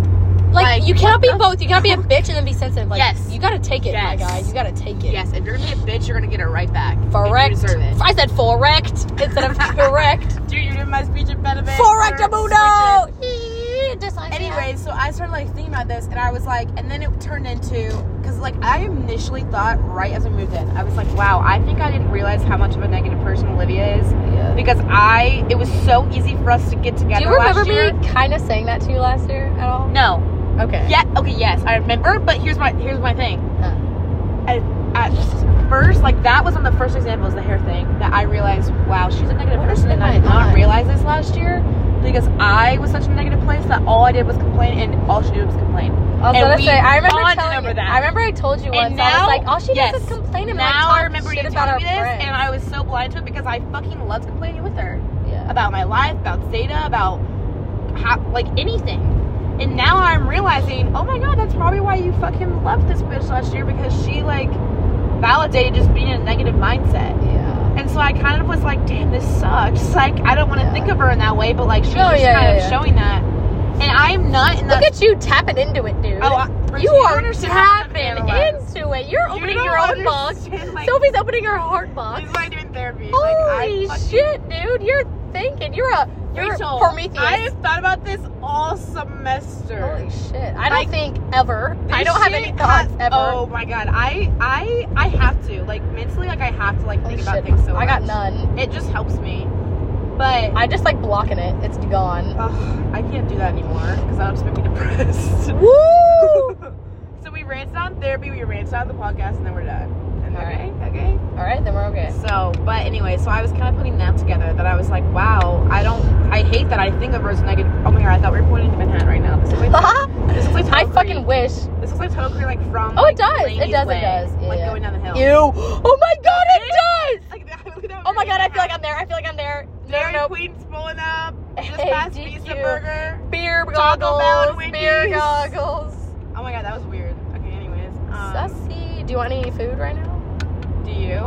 Speaker 1: Like,
Speaker 2: Like,
Speaker 1: you cannot be
Speaker 2: what the-
Speaker 1: both. You cannot be a bitch and then be sensitive. Like,
Speaker 2: Yes.
Speaker 1: you gotta take it, my
Speaker 2: Yes.
Speaker 1: guy. You gotta take it.
Speaker 2: yes if you're gonna be a bitch you're gonna get it right back And
Speaker 1: Correct.
Speaker 2: you deserve it
Speaker 1: I said correct instead of correct.
Speaker 2: dude you're doing my speech impediment
Speaker 1: correct,
Speaker 2: Or switch it.
Speaker 1: Amuno.
Speaker 2: Anyway, so I started like thinking about this, and I was like, and then it turned into because like I initially thought right as we moved in, I was like, wow, I think I didn't realize how much of a negative person Olivia is
Speaker 1: Yeah.
Speaker 2: because I it was so easy for us to get together.
Speaker 1: Do you remember
Speaker 2: last year.
Speaker 1: me kind of saying that to you last year at all?
Speaker 2: No.
Speaker 1: Okay.
Speaker 2: Yeah. Okay. Yes, I remember. But here's my here's my thing.
Speaker 1: Huh.
Speaker 2: At, at first, like that was one of the first examples, the hair thing, that I realized, wow, she's a negative
Speaker 1: What is
Speaker 2: person,
Speaker 1: in
Speaker 2: and I
Speaker 1: my
Speaker 2: did not
Speaker 1: eye?
Speaker 2: realize this last year because I was such a negative place that all I did was complain, and all she did was complain.
Speaker 1: I was
Speaker 2: And
Speaker 1: gonna
Speaker 2: we
Speaker 1: say, I remember
Speaker 2: bonded
Speaker 1: telling
Speaker 2: over
Speaker 1: you.
Speaker 2: that.
Speaker 1: I remember I told you once.
Speaker 2: And
Speaker 1: I
Speaker 2: now-
Speaker 1: was like, all she
Speaker 2: yes.
Speaker 1: does is complain and
Speaker 2: now
Speaker 1: like, talk
Speaker 2: I remember
Speaker 1: shit
Speaker 2: you
Speaker 1: about
Speaker 2: telling
Speaker 1: our
Speaker 2: me this,
Speaker 1: friends.
Speaker 2: and I was so blind to it because I fucking loved complaining with her
Speaker 1: yeah.
Speaker 2: about my life, about Zeta, about how, like anything. And now I'm realizing, oh my god, that's probably why you fucking left this bitch last year because she like validated just being in a negative mindset.
Speaker 1: Yeah.
Speaker 2: And so I kind of was like, damn, this sucks. Like I don't want to
Speaker 1: Yeah.
Speaker 2: think of her in that way, but like she's
Speaker 1: Oh,
Speaker 2: just
Speaker 1: yeah,
Speaker 2: kind
Speaker 1: yeah,
Speaker 2: of
Speaker 1: yeah.
Speaker 2: showing that. And I'm not in
Speaker 1: Look
Speaker 2: that.
Speaker 1: at you tapping into it, dude.
Speaker 2: oh, I-
Speaker 1: you
Speaker 2: don't
Speaker 1: are
Speaker 2: understand how I'm
Speaker 1: tapping
Speaker 2: analyzed.
Speaker 1: into it. You're
Speaker 2: You
Speaker 1: opening
Speaker 2: don't
Speaker 1: your own box.
Speaker 2: understand, like,
Speaker 1: Sophie's opening her heart box.
Speaker 2: This is why I do in therapy.
Speaker 1: Holy
Speaker 2: like, I fucking-
Speaker 1: shit, dude! You're thinking. You're a you're
Speaker 2: Rachel,
Speaker 1: Prometheus.
Speaker 2: I have thought about this all semester.
Speaker 1: Holy shit! I don't
Speaker 2: Like,
Speaker 1: think ever. I
Speaker 2: This
Speaker 1: don't have any
Speaker 2: shit
Speaker 1: thoughts
Speaker 2: has-
Speaker 1: ever.
Speaker 2: Oh my god, I I I have to like mentally like I have to like
Speaker 1: Holy
Speaker 2: think about
Speaker 1: shit.
Speaker 2: things so
Speaker 1: I got
Speaker 2: much.
Speaker 1: none.
Speaker 2: It just helps me, but I
Speaker 1: I just like blocking it. It's gone.
Speaker 2: ugh, I can't do that anymore because that'll just make me depressed.
Speaker 1: Woo!
Speaker 2: so we ranted on therapy, we ranted on the podcast, and then we're done. And
Speaker 1: All
Speaker 2: okay, okay.
Speaker 1: All right, then we're okay.
Speaker 2: So, but anyway, so I was kind of putting that together that I was like, wow, I don't, I hate that I think of her as negative. Oh my god, I thought we were pointing to Manhattan right now. This is like, this is like
Speaker 1: I
Speaker 2: Tunnel
Speaker 1: fucking
Speaker 2: Creek.
Speaker 1: wish.
Speaker 2: This is like Tunnel Creek, like from.
Speaker 1: Oh,
Speaker 2: like,
Speaker 1: it does. It
Speaker 2: Laney's
Speaker 1: does.
Speaker 2: Way,
Speaker 1: It does. Yeah,
Speaker 2: Like
Speaker 1: yeah.
Speaker 2: going down the hill.
Speaker 1: Ew. Oh my god, it does.
Speaker 2: Like, that- that
Speaker 1: Oh my
Speaker 2: really
Speaker 1: god, I feel like I'm
Speaker 2: happened.
Speaker 1: there. I feel like I'm there.
Speaker 2: Dairy
Speaker 1: nope.
Speaker 2: Queen's pulling up. Just
Speaker 1: Hey,
Speaker 2: past
Speaker 1: did
Speaker 2: Visa
Speaker 1: you-
Speaker 2: Burger.
Speaker 1: Beer
Speaker 2: Taco Bell and
Speaker 1: goggles. Beer
Speaker 2: Wendy's.
Speaker 1: goggles.
Speaker 2: Oh my god, that was weird. Okay, anyways. Um,
Speaker 1: Sussy. Do you want any food right now?
Speaker 2: do you?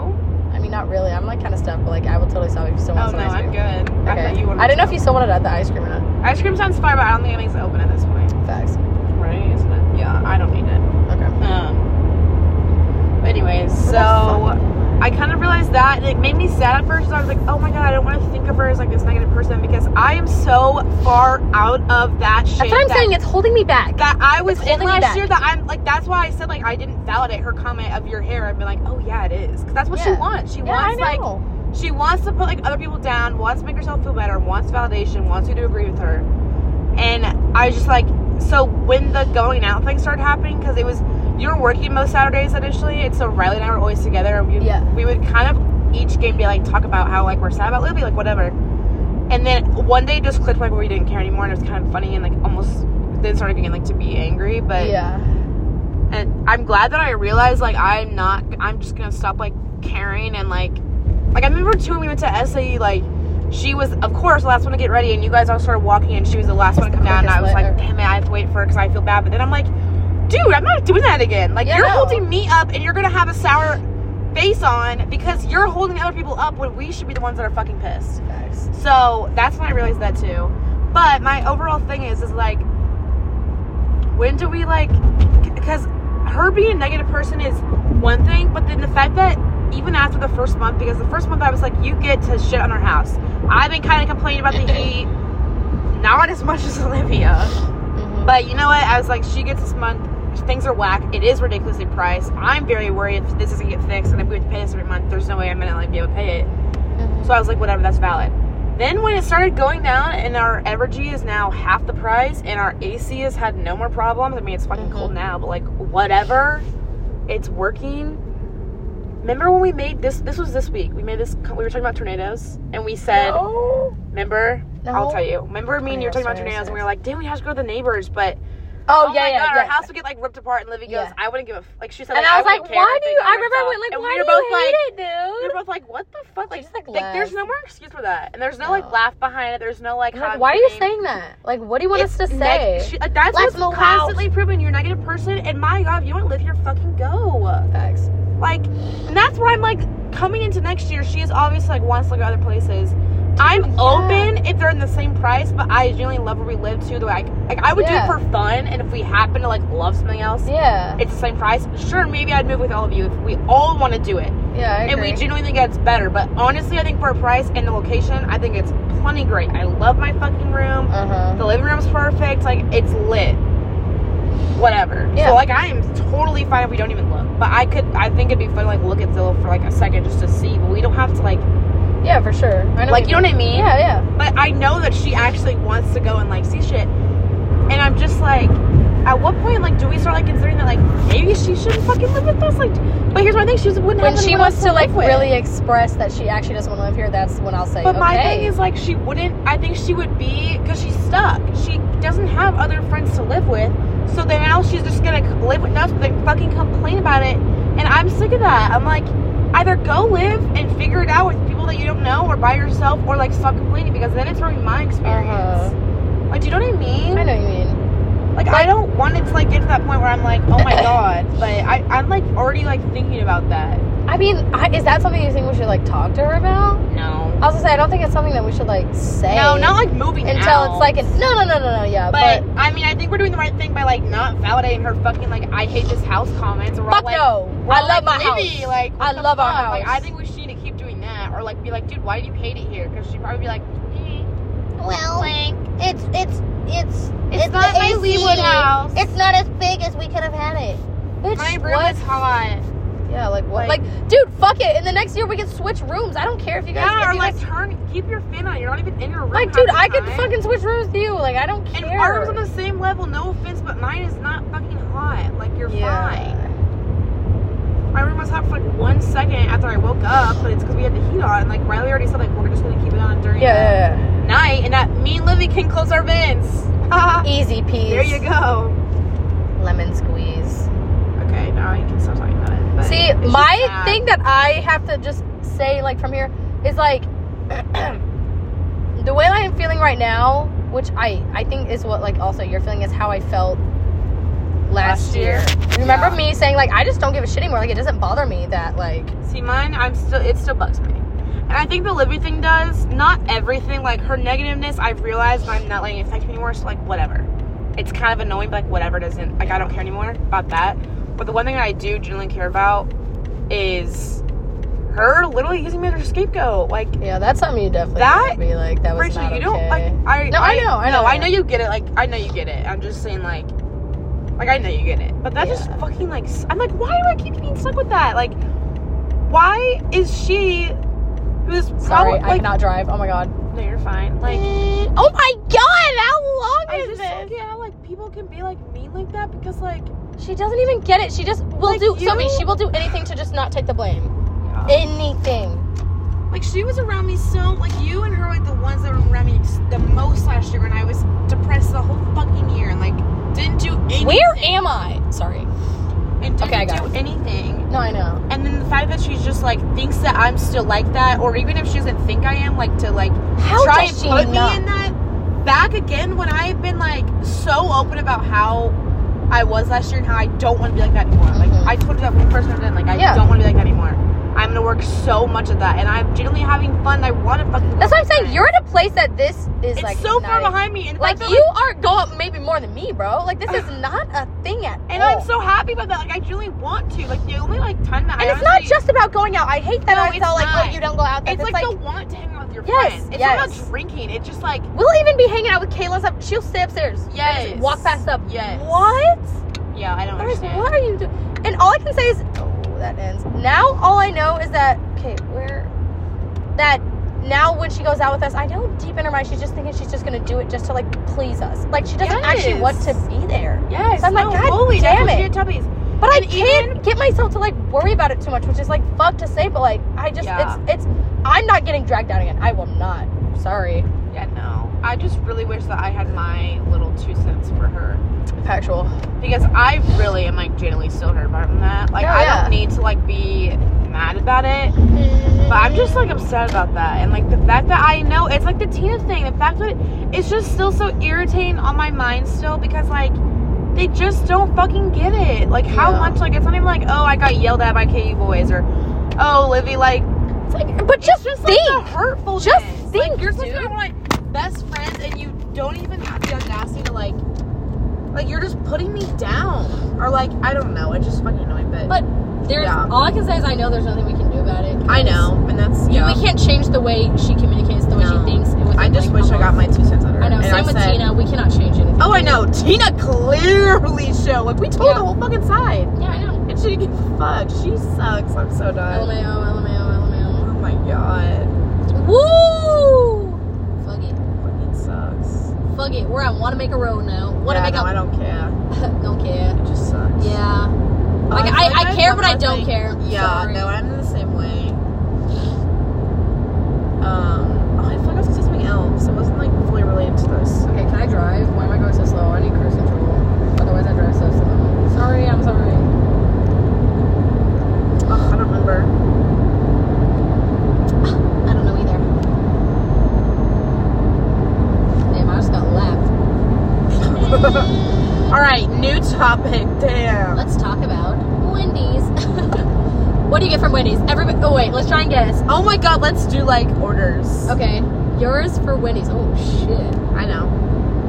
Speaker 1: I mean, not really. I'm like kind of stuck, but like I will totally stop if you still want
Speaker 2: oh
Speaker 1: some
Speaker 2: no,
Speaker 1: ice
Speaker 2: I'm
Speaker 1: cream.
Speaker 2: good. I
Speaker 1: Okay.
Speaker 2: thought you wanted
Speaker 1: I didn't know if
Speaker 2: some.
Speaker 1: you still wanted the ice cream or not.
Speaker 2: Ice cream sounds fire, but I don't think it makes it open at this point.
Speaker 1: Facts.
Speaker 2: Right? Isn't it? Yeah, I don't need it.
Speaker 1: Okay.
Speaker 2: Um. Anyways, so I kind of realized that, and it made me sad at first. 'cause I was like, "Oh my god, I don't want to think of her as like this negative person because I am so far out of that shit."
Speaker 1: That's what I'm
Speaker 2: that,
Speaker 1: saying. It's holding me back.
Speaker 2: That I was
Speaker 1: It's
Speaker 2: in
Speaker 1: holding me
Speaker 2: last
Speaker 1: back.
Speaker 2: year. That I'm like, that's why I said like I didn't validate her comment of your hair. I've been like, "Oh yeah, it is," because that's what she
Speaker 1: Yeah.
Speaker 2: wants. She
Speaker 1: yeah, I
Speaker 2: wants like
Speaker 1: know.
Speaker 2: she wants to put like other people down, wants to make herself feel better, wants validation, wants you to agree with her. And I was just like, so when the going out thing started happening, because it was you were working most Saturdays initially, and so Riley and I were always together, and we
Speaker 1: Yeah.
Speaker 2: we would kind of each game be like talk about how like we're sad about Libby, like whatever. And then one day it just clicked like where we didn't care anymore, and it was kind of funny and like almost then started getting like to be angry, but
Speaker 1: yeah.
Speaker 2: and I'm glad that I realized like I'm not I'm just gonna stop like caring and like like I remember too when we went to SAE like she was of course the last one to get ready and you guys all started walking and she was the last one to come down and I was like
Speaker 1: Quickest
Speaker 2: damn it I have to wait for her because I feel bad but then I'm like dude I'm not doing that again like
Speaker 1: Yeah,
Speaker 2: you're
Speaker 1: no.
Speaker 2: holding me up and you're gonna have a sour face on because you're holding other people up when we should be the ones that are fucking pissed
Speaker 1: Facts.
Speaker 2: so that's when I realized that too. But my overall thing is, is like, when do we like? Because her being a negative person is one thing, but then the fact that even after the first month, because the first month I was like, you get to shit on our house. I've been kind of complaining about the heat, not as much as Olivia.
Speaker 1: Mhm.
Speaker 2: But you know what? I was like, she gets this month. Things are whack. It is ridiculously priced. I'm very worried if this doesn't get fixed and if we have to pay this every month, there's no way I'm gonna like be able to pay it.
Speaker 1: Mhm.
Speaker 2: So I was like, whatever, that's valid. Then when it started going down and our Evergy is now half the price and our AC has had no more problems. I mean, it's fucking
Speaker 1: Mhm.
Speaker 2: cold now, but like whatever, it's working. Remember when we made this? This was this week. We made this. We were talking about tornadoes and we said,
Speaker 1: no.
Speaker 2: remember?
Speaker 1: No.
Speaker 2: I'll tell you. Remember me and you were
Speaker 1: Tornadoes,
Speaker 2: talking about
Speaker 1: tornadoes,
Speaker 2: tornadoes and we were like, damn, we have to go to the neighbors, but
Speaker 1: Oh,
Speaker 2: my
Speaker 1: yeah, yeah,
Speaker 2: God,
Speaker 1: yeah.
Speaker 2: Our house would get like ripped apart, and Livy goes,
Speaker 1: Yeah.
Speaker 2: "I wouldn't give a f-. like." She said,
Speaker 1: and I was like,
Speaker 2: wouldn't care
Speaker 1: why
Speaker 2: if
Speaker 1: do
Speaker 2: they
Speaker 1: you?
Speaker 2: got
Speaker 1: I
Speaker 2: ripped
Speaker 1: remember
Speaker 2: off."
Speaker 1: I went like,
Speaker 2: And
Speaker 1: why
Speaker 2: we
Speaker 1: do
Speaker 2: were
Speaker 1: you
Speaker 2: both
Speaker 1: hate
Speaker 2: like,
Speaker 1: it, dude?
Speaker 2: we were both like, "What the fuck?" Like,
Speaker 1: just, like,
Speaker 2: like there's
Speaker 1: laughed.
Speaker 2: no more excuse for that, and there's no like
Speaker 1: No.
Speaker 2: laugh behind it. There's no like,
Speaker 1: I'm
Speaker 2: how
Speaker 1: like,
Speaker 2: I'm
Speaker 1: why are you
Speaker 2: feeling.
Speaker 1: saying that? Like, what do you want
Speaker 2: It's
Speaker 1: us to say?
Speaker 2: neg- she- uh, that's
Speaker 1: Let's
Speaker 2: what's
Speaker 1: move
Speaker 2: constantly proving you're a negative person. And my God, if you don't live here, fucking go.
Speaker 1: Facts.
Speaker 2: Like, and that's where I'm like coming into next year. She is obviously like wants to look at other places. I'm
Speaker 1: yeah.
Speaker 2: open if they're in the same price, but I genuinely love where we live too. The way I, like, I would
Speaker 1: Yeah.
Speaker 2: do it for fun, and if we happen to like love something else,
Speaker 1: Yeah.
Speaker 2: it's the same price. Sure, maybe I'd move with all of you if we all want to do it.
Speaker 1: yeah, I agree.
Speaker 2: And we genuinely think that's better. But honestly, I think for a price and the location, I think it's plenty great. I love my fucking room.
Speaker 1: Uh-huh.
Speaker 2: The living room's perfect. Like, it's lit. Whatever.
Speaker 1: Yeah.
Speaker 2: So, like, I am totally fine if we don't even look. But I could, I think it'd be fun to, like, look at Zillow for, like, a second just to see. But we don't have to, like,
Speaker 1: Yeah, for sure. I know
Speaker 2: like, you know what I mean?
Speaker 1: Yeah, yeah.
Speaker 2: But I know that she actually wants to go and like see shit. And I'm just like, at what point like do we start like considering that like maybe she shouldn't fucking live with us? Like, but here's my thing: she wouldn't have
Speaker 1: When she
Speaker 2: anyone
Speaker 1: wants
Speaker 2: else
Speaker 1: to like
Speaker 2: live with.
Speaker 1: really express that she actually doesn't want to live here, that's when I'll say,
Speaker 2: But
Speaker 1: okay.
Speaker 2: my thing is like she wouldn't. I think she would be because she's stuck. She doesn't have other friends to live with. So then now she's just gonna c- live with us, then fucking complain about it. And I'm sick of that. I'm like, either go live and figure it out with people that you don't know, or by yourself, or like stop complaining because then it's ruining my experience.
Speaker 1: Uh-huh.
Speaker 2: Like do you know what I mean?
Speaker 1: I know what you mean.
Speaker 2: Like, I don't want it to like get to that point where I'm like, oh my god. But I, I'm like already like thinking about that.
Speaker 1: I mean, I, is that something you think we should like talk to her about?
Speaker 2: No.
Speaker 1: I was gonna say I don't think it's something that we should like say.
Speaker 2: No, not like moving
Speaker 1: until
Speaker 2: out.
Speaker 1: it's like an, no, no, no, no, no, yeah.
Speaker 2: But,
Speaker 1: But,
Speaker 2: I mean, I think we're doing the right thing by like not validating her fucking like I hate this house comments. We're all
Speaker 1: fuck
Speaker 2: like,
Speaker 1: no,
Speaker 2: we're
Speaker 1: I
Speaker 2: all
Speaker 1: love my
Speaker 2: like,
Speaker 1: house.
Speaker 2: Libby, Like what
Speaker 1: I
Speaker 2: the
Speaker 1: love our
Speaker 2: fuck? Like
Speaker 1: house.
Speaker 2: I think we should need to keep doing that, or like be like, dude, why do you hate it here? Because she'd probably be like, mm,
Speaker 3: Well,
Speaker 2: blank.
Speaker 3: it's it's it's
Speaker 2: It's, not
Speaker 3: the
Speaker 2: my
Speaker 3: AC.
Speaker 2: Leewood house.
Speaker 3: It's not as big as we could have had it.
Speaker 1: Bitch,
Speaker 2: my room
Speaker 1: what?
Speaker 2: is hot.
Speaker 1: Yeah, like what?
Speaker 2: Like-
Speaker 1: Like, dude, fuck it. In the next year, we can switch rooms. I don't care if you guys.
Speaker 2: Yeah,
Speaker 1: if
Speaker 2: or
Speaker 1: you
Speaker 2: like
Speaker 1: guys-
Speaker 2: turn, keep your fin on. You're not even in your room.
Speaker 1: like,
Speaker 2: half
Speaker 1: dude,
Speaker 2: the
Speaker 1: I could
Speaker 2: time.
Speaker 1: fucking switch rooms with you. Like, I don't care.
Speaker 2: And our room's on the same level. No offense, but mine is not fucking hot. Like you're fine.
Speaker 1: yeah.
Speaker 2: My room was hot for like one second after I woke up, but it's because we had the heat on. Like Riley already said, like we're just gonna keep it on
Speaker 1: Yeah,
Speaker 2: during
Speaker 1: yeah,
Speaker 2: the night, and that me and Livy can close our vents.
Speaker 1: yeah. Easy peas.
Speaker 2: there you go.
Speaker 1: Lemon squeeze.
Speaker 2: Okay, now I can stop talking about it. but
Speaker 1: See,
Speaker 2: it's just
Speaker 1: my
Speaker 2: sad.
Speaker 1: thing that I have to just say, like, from here is like the way I am feeling right now, which I I think is what like also you're feeling is how I felt last,
Speaker 2: Last year.
Speaker 1: Remember
Speaker 2: Yeah.
Speaker 1: me saying like I just don't give a shit anymore. Like, it doesn't bother me that like
Speaker 2: See, mine, I'm still, it still bugs me. And I think the Libby thing does, not everything, like her negativeness, I've realized I'm not letting it affect me anymore, so like, whatever. It's kind of annoying, but like, whatever doesn't, like, I don't care anymore about that. But the one thing that I do genuinely care about is her literally using me as her scapegoat. Like,
Speaker 1: yeah, that's something you definitely
Speaker 2: That-
Speaker 1: that be like that was
Speaker 2: Rachel,
Speaker 1: not
Speaker 2: you
Speaker 1: okay.
Speaker 2: don't, like, I,
Speaker 1: No, I know, I
Speaker 2: no,
Speaker 1: know,
Speaker 2: I
Speaker 1: I
Speaker 2: know
Speaker 1: know.
Speaker 2: you get it, like, I know you get it. I'm just saying, like, like, I know you get it. But that just
Speaker 1: Yeah.
Speaker 2: fucking, like, s- I'm like, why do I keep being stuck with that? Like, why is she who's
Speaker 1: Sorry,
Speaker 2: probably
Speaker 1: I
Speaker 2: like
Speaker 1: cannot drive. Oh my god.
Speaker 2: no you're fine like
Speaker 1: Oh my god, how
Speaker 2: I
Speaker 1: long is
Speaker 2: just
Speaker 1: this?
Speaker 2: don't get how like people can be like mean like that because like
Speaker 1: She doesn't even get it. She just will
Speaker 2: Like
Speaker 1: do
Speaker 2: you-
Speaker 1: Sophie, she will do anything to just not take the blame. Anything.
Speaker 2: like she was around me so like you and her were like the ones that were around me the most last year when I was depressed the whole fucking year and like didn't do anything
Speaker 1: Where am I? Sorry.
Speaker 2: and didn't
Speaker 1: Okay, I got
Speaker 2: do anything
Speaker 1: No, I know.
Speaker 2: and then the fact that she's just like thinks that I'm still like that or even if she doesn't think I am like to like
Speaker 1: How
Speaker 2: try
Speaker 1: does
Speaker 2: and
Speaker 1: she
Speaker 2: put
Speaker 1: not?
Speaker 2: me in that back again when I've been like so open about how I was last year and how I don't want to be like that anymore. Like
Speaker 1: Mhm.
Speaker 2: I told you that one person then, like I
Speaker 1: Yeah.
Speaker 2: don't want to be like that anymore. I'm gonna work so much at that, and I'm genuinely having fun. I want to fucking.
Speaker 1: That's what I'm saying. You're at a place that this is
Speaker 2: It's
Speaker 1: like
Speaker 2: so far
Speaker 1: not-
Speaker 2: behind me, and the
Speaker 1: Like
Speaker 2: fact that,
Speaker 1: you are go up maybe more than me, bro. Like this is not a thing at
Speaker 2: and
Speaker 1: all.
Speaker 2: I'm so happy about that. Like I genuinely want to. Like the only like time that I
Speaker 1: and it's not
Speaker 2: honestly-
Speaker 1: just about going out. I hate that
Speaker 2: No,
Speaker 1: I
Speaker 2: it's
Speaker 1: tell like, oh,
Speaker 2: not.
Speaker 1: you don't go out. there.
Speaker 2: It's like, the want to hang out with your
Speaker 1: Yes,
Speaker 2: friends. It's not
Speaker 1: yes.
Speaker 2: about drinking. It's just like
Speaker 1: we'll even be hanging out with Kayla's up. She'll stay upstairs. and
Speaker 2: yes,
Speaker 1: just walk past up.
Speaker 2: Yes.
Speaker 1: What?
Speaker 2: Yeah, I don't
Speaker 1: Guys,
Speaker 2: understand.
Speaker 1: what are you doing? And all I can say is, oh, that ends. Now all I know is that okay, where that now when she goes out with us, I know deep in her mind she's just thinking she's just gonna do it just to like please us. Like she doesn't actually
Speaker 2: Yes.
Speaker 1: want to be there.
Speaker 2: Yes,
Speaker 1: So I'm like,
Speaker 2: no,
Speaker 1: God
Speaker 2: bully, that's
Speaker 1: damn
Speaker 2: what
Speaker 1: it.
Speaker 2: she did to Tubby's.
Speaker 1: But I
Speaker 2: And
Speaker 1: can't get myself to like worry about it too much, which is like fuck to say, but like I just
Speaker 2: Yeah.
Speaker 1: it's it's I'm not getting dragged down again. I will not. Sorry.
Speaker 2: Yeah, no. I just really wish that I had my little two cents for her
Speaker 1: Factual.
Speaker 2: because I really am like genuinely still hurt about that. Like
Speaker 1: No,
Speaker 2: I
Speaker 1: Oh, yeah.
Speaker 2: don't need to like be mad about it, but I'm just like upset about that. And like the fact that I know it's like the Tina thing. The fact that it's just still so irritating on my mind still because like. They just don't fucking get it. Like how
Speaker 1: Yeah.
Speaker 2: much? Like it's not even like, oh, I got yelled at by KU boys, or oh, Livy, like
Speaker 1: It's like but just,
Speaker 2: just
Speaker 1: think
Speaker 2: like the hurtful.
Speaker 1: Just think,
Speaker 2: like, you're supposed to be
Speaker 1: dude.
Speaker 2: one of my best friends, and you don't even have the audacity to like, like you're just putting me down, or like I don't know. It's just fucking annoying, but,
Speaker 1: But there's
Speaker 2: Yeah.
Speaker 1: all I can say is I know there's nothing we can do about it.
Speaker 2: I know, and that's
Speaker 1: You,
Speaker 2: yeah.
Speaker 1: We can't change the way she communicates, the way
Speaker 2: No.
Speaker 1: she thinks. and within,
Speaker 2: I just
Speaker 1: like,
Speaker 2: wish I got
Speaker 1: almost-
Speaker 2: my two cents on her.
Speaker 1: I know.
Speaker 2: and
Speaker 1: Same
Speaker 2: I
Speaker 1: with
Speaker 2: said-
Speaker 1: Tina. We cannot change anything.
Speaker 2: Oh, I know. Tina clearly showed. Like we told
Speaker 1: Yeah.
Speaker 2: the whole fucking side,
Speaker 1: Yeah, I know.
Speaker 2: and she didn't give a fuck. She sucks. I'm so done.
Speaker 1: LMAO, LMAO,
Speaker 2: Oh my god,
Speaker 1: LMAO. Woo! Fuck it.
Speaker 2: fucking sucks.
Speaker 1: Fuck it. We're on Wanna Make a Road now. Wanna
Speaker 2: yeah,
Speaker 1: Make
Speaker 2: no, I
Speaker 1: a.
Speaker 2: don't care.
Speaker 1: don't care.
Speaker 2: It just sucks.
Speaker 1: Yeah. Like,
Speaker 2: Honestly,
Speaker 1: I,
Speaker 2: like,
Speaker 1: I care, but I
Speaker 2: sometimes,
Speaker 1: don't
Speaker 2: like,
Speaker 1: care.
Speaker 2: Yeah,
Speaker 1: Sorry.
Speaker 2: no, I'm the same way. Um, oh, I feel like I was gonna say something else. It wasn't like fully related to this.
Speaker 1: Okay, can I drive? Why am I going so slow? I need cruise control. Otherwise, I drive so slow. Sorry, I'm sorry.
Speaker 2: Ugh, I don't remember.
Speaker 1: I don't know either. Damn, I just got lapped.
Speaker 2: All right, new topic. Damn.
Speaker 1: Let's talk about Wendy's. what do you get from Wendy's? Everybody. Oh wait, let's try and guess.
Speaker 2: Oh my god, let's do like orders.
Speaker 1: Okay, yours for Wendy's. Oh shit.
Speaker 2: I know.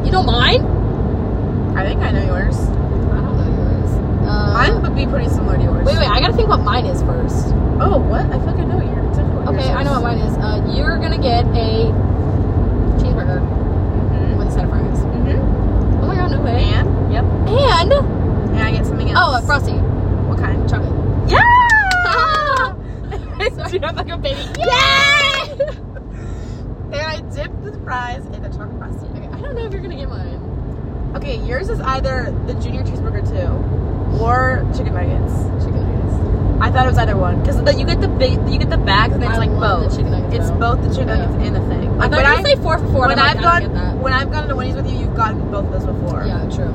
Speaker 1: You don't mind?
Speaker 2: I think I know yours.
Speaker 1: I don't know yours. Uh,
Speaker 2: Mine would be pretty similar to yours.
Speaker 1: Wait, wait. I gotta think what mine is first.
Speaker 2: Oh, what? I fucking know yours. Exactly what
Speaker 1: Okay,
Speaker 2: yours
Speaker 1: I know what mine is.
Speaker 2: is.
Speaker 1: Uh, you're gonna get a cheeseburger with a set of fries.
Speaker 2: Mhm.
Speaker 1: Oh my god, no way.
Speaker 2: Mm-hmm. And yep.
Speaker 1: And
Speaker 2: And I get something
Speaker 1: oh,
Speaker 2: else.
Speaker 1: a frosty
Speaker 2: What kind?
Speaker 1: chocolate.
Speaker 2: Yeah.
Speaker 1: Ah!
Speaker 2: Sorry. I'm like a baby.
Speaker 1: Yay!
Speaker 2: And I dipped the fries in the chocolate frosting.
Speaker 1: Okay, I don't know if you're gonna get mine.
Speaker 2: Okay, yours is either the junior cheeseburger too, or chicken nuggets.
Speaker 1: Chicken nuggets.
Speaker 2: I thought it was either one because you get the big, you get the bags, and it's
Speaker 1: I
Speaker 2: like
Speaker 1: love the
Speaker 2: both.
Speaker 1: chicken nuggets,
Speaker 2: It's
Speaker 1: though.
Speaker 2: both the chicken
Speaker 1: Yeah.
Speaker 2: nuggets and the thing.
Speaker 1: I thought
Speaker 2: Like, when
Speaker 1: you
Speaker 2: I
Speaker 1: would say four for four.
Speaker 2: when
Speaker 1: and I'm
Speaker 2: I've
Speaker 1: like, I don't
Speaker 2: gone
Speaker 1: get
Speaker 2: when I've gone to Wendy's with you, you've gotten both of those before.
Speaker 1: that. Yeah, true.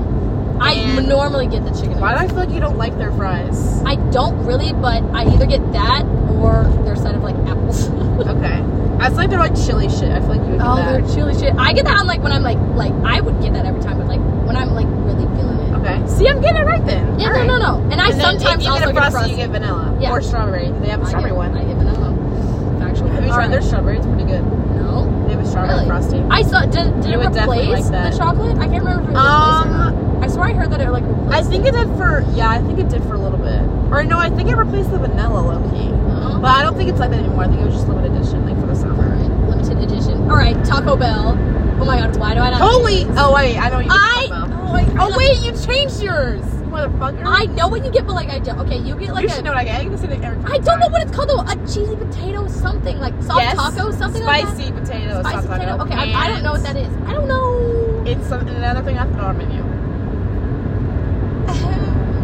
Speaker 1: I
Speaker 2: And-
Speaker 1: normally get the chicken.
Speaker 2: Why do I
Speaker 1: nuggets.
Speaker 2: feel like you don't like their fries?
Speaker 1: I don't really, but I either get that or their side of like apples.
Speaker 2: okay, I feel like they're like chili shit. I feel like you would do
Speaker 1: oh, they're
Speaker 2: that.
Speaker 1: chili shit. I get that on like when I'm like like I would get that every time, but like when I'm like really feeling it.
Speaker 2: Okay, see, I'm getting it right then.
Speaker 1: Yeah,
Speaker 2: All
Speaker 1: no,
Speaker 2: right.
Speaker 1: no, no. And I
Speaker 2: And then if
Speaker 1: sometimes
Speaker 2: you
Speaker 1: also
Speaker 2: get a frosty,
Speaker 1: frosty.
Speaker 2: you get vanilla
Speaker 1: Yeah.
Speaker 2: or strawberry. They have a
Speaker 1: I
Speaker 2: strawberry
Speaker 1: get,
Speaker 2: one.
Speaker 1: I get vanilla. Factual.
Speaker 2: Have you
Speaker 1: All
Speaker 2: tried their
Speaker 1: right.
Speaker 2: strawberry? It's pretty good.
Speaker 1: No.
Speaker 2: They have a strawberry
Speaker 1: Really?
Speaker 2: frosty.
Speaker 1: I saw. Did, did
Speaker 2: You
Speaker 1: it
Speaker 2: would definitely
Speaker 1: replace
Speaker 2: like that.
Speaker 1: the chocolate? I can't remember if it was replaced or not.
Speaker 2: Um,
Speaker 1: I swear I heard that it like
Speaker 2: I
Speaker 1: replaced.
Speaker 2: think it did for yeah, I think it did for a little bit. Or no, I think it replaced the vanilla low key.
Speaker 1: Uh-huh.
Speaker 2: But I don't think it's like that anymore. I think it was just limited edition, like for the
Speaker 1: All
Speaker 2: summer.
Speaker 1: right, limited edition. All right, Taco Bell. Oh my God, why do I not?
Speaker 2: Holy! Oh wait, I know what you.
Speaker 1: I.
Speaker 2: talking about.
Speaker 1: Oh, wait,
Speaker 2: Oh wait, you changed yours, you motherfucker.
Speaker 1: I know what you get, but like I don't. Okay, you get like
Speaker 2: you
Speaker 1: a.
Speaker 2: should know what I get. I get the same thing every
Speaker 1: I don't know what it's called though. A cheesy potato something like soft
Speaker 2: yes.
Speaker 1: taco something like that.
Speaker 2: Spicy potato.
Speaker 1: Spicy
Speaker 2: soft
Speaker 1: potato.
Speaker 2: Taco.
Speaker 1: Okay, I, I don't know what that is. I don't know.
Speaker 2: It's some, another thing I put on our menu.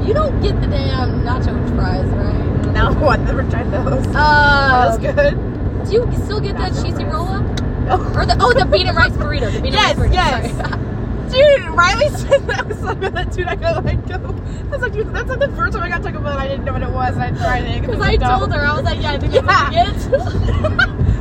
Speaker 1: you don't get the damn nacho fries, right?
Speaker 2: No, I've never tried those.
Speaker 1: Uh,
Speaker 2: Oh, That's good.
Speaker 1: do you still get that
Speaker 2: Nacho
Speaker 1: cheesy
Speaker 2: fries.
Speaker 1: roll up?
Speaker 2: No.
Speaker 1: Or the oh the bean and rice burrito. The bean
Speaker 2: Yes,
Speaker 1: and rice burrito.
Speaker 2: yes.
Speaker 1: Sorry.
Speaker 2: Dude, Riley said that was something that dude I got like go. That's like dude, that's like the first time I got Taco Bell and I didn't know what it was and I tried it
Speaker 1: Because I told her I was like, yeah, I think that's what
Speaker 2: Yeah.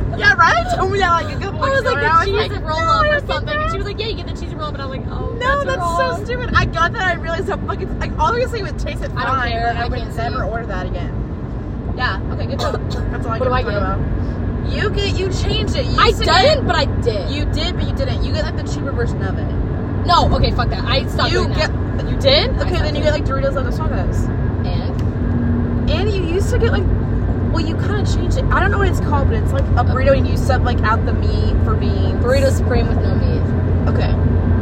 Speaker 1: you get.
Speaker 2: yeah, Riley told me that like a
Speaker 1: I
Speaker 2: couple weeks
Speaker 1: was
Speaker 2: ago,
Speaker 1: like
Speaker 2: and I
Speaker 1: the cheese and roll up
Speaker 2: no, I
Speaker 1: or
Speaker 2: don't get
Speaker 1: something, and she
Speaker 2: that.
Speaker 1: was like, yeah, you get the cheese and roll up, and I was like, oh,
Speaker 2: No, that's, so
Speaker 1: wrong.
Speaker 2: stupid. I got that. I realized how fucking like obviously it would taste it fine.
Speaker 1: I don't care,
Speaker 2: and I,
Speaker 1: I can't
Speaker 2: would
Speaker 1: see.
Speaker 2: never order that again. Yeah. Okay. Good job. That's all I
Speaker 1: What do I
Speaker 2: can talk about. You get. You changed it. You
Speaker 1: I
Speaker 2: used to get-
Speaker 1: didn't, but I did.
Speaker 2: You did, but you didn't. You got like the cheaper version of it.
Speaker 1: no, okay, fuck that. I stopped
Speaker 2: you
Speaker 1: doing
Speaker 2: get.
Speaker 1: that.
Speaker 2: You did. Okay.
Speaker 1: stopped
Speaker 2: Then
Speaker 1: doing
Speaker 2: you get like Doritos Locos Tacos.
Speaker 1: And
Speaker 2: And you used to get like, well, you kind of changed it. I don't know what it's called, but it's like a burrito, and you sub like out the meat for beans.
Speaker 1: burrito supreme with no meat.
Speaker 2: Okay.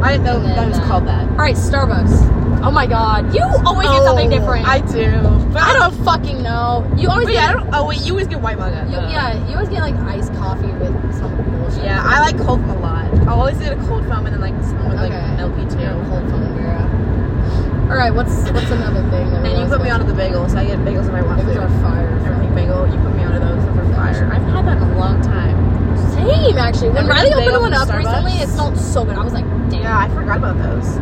Speaker 2: I didn't know
Speaker 1: And then,
Speaker 2: that was
Speaker 1: uh,
Speaker 2: called that.
Speaker 1: All right, Starbucks. Oh my god, you always get something
Speaker 2: Oh,
Speaker 1: different.
Speaker 2: I do. But
Speaker 1: I don't fucking know. You always
Speaker 2: Wait,
Speaker 1: get.
Speaker 2: I don't. Oh wait, you always get white mocha.
Speaker 1: you,
Speaker 2: though.
Speaker 1: yeah, you always get like iced coffee with some bullshit.
Speaker 2: Yeah, I like cold foam a lot. I always get a cold foam and then like someone with like
Speaker 1: Okay.
Speaker 2: LP too.
Speaker 1: You're a cold phone bearer. All right, what's what's another thing? That
Speaker 2: And you put me onto the bagels. I get bagels if I want
Speaker 1: Those are
Speaker 2: to.
Speaker 1: fire.
Speaker 2: Everything bagel. You put me onto those. Those are fire. I've had that in a long time.
Speaker 1: Same, actually. When
Speaker 2: Remember
Speaker 1: Riley
Speaker 2: the
Speaker 1: opened
Speaker 2: bagel
Speaker 1: one
Speaker 2: from
Speaker 1: up recently,
Speaker 2: Starbucks?
Speaker 1: it smelled so good. I was like, damn.
Speaker 2: Yeah, I forgot about those.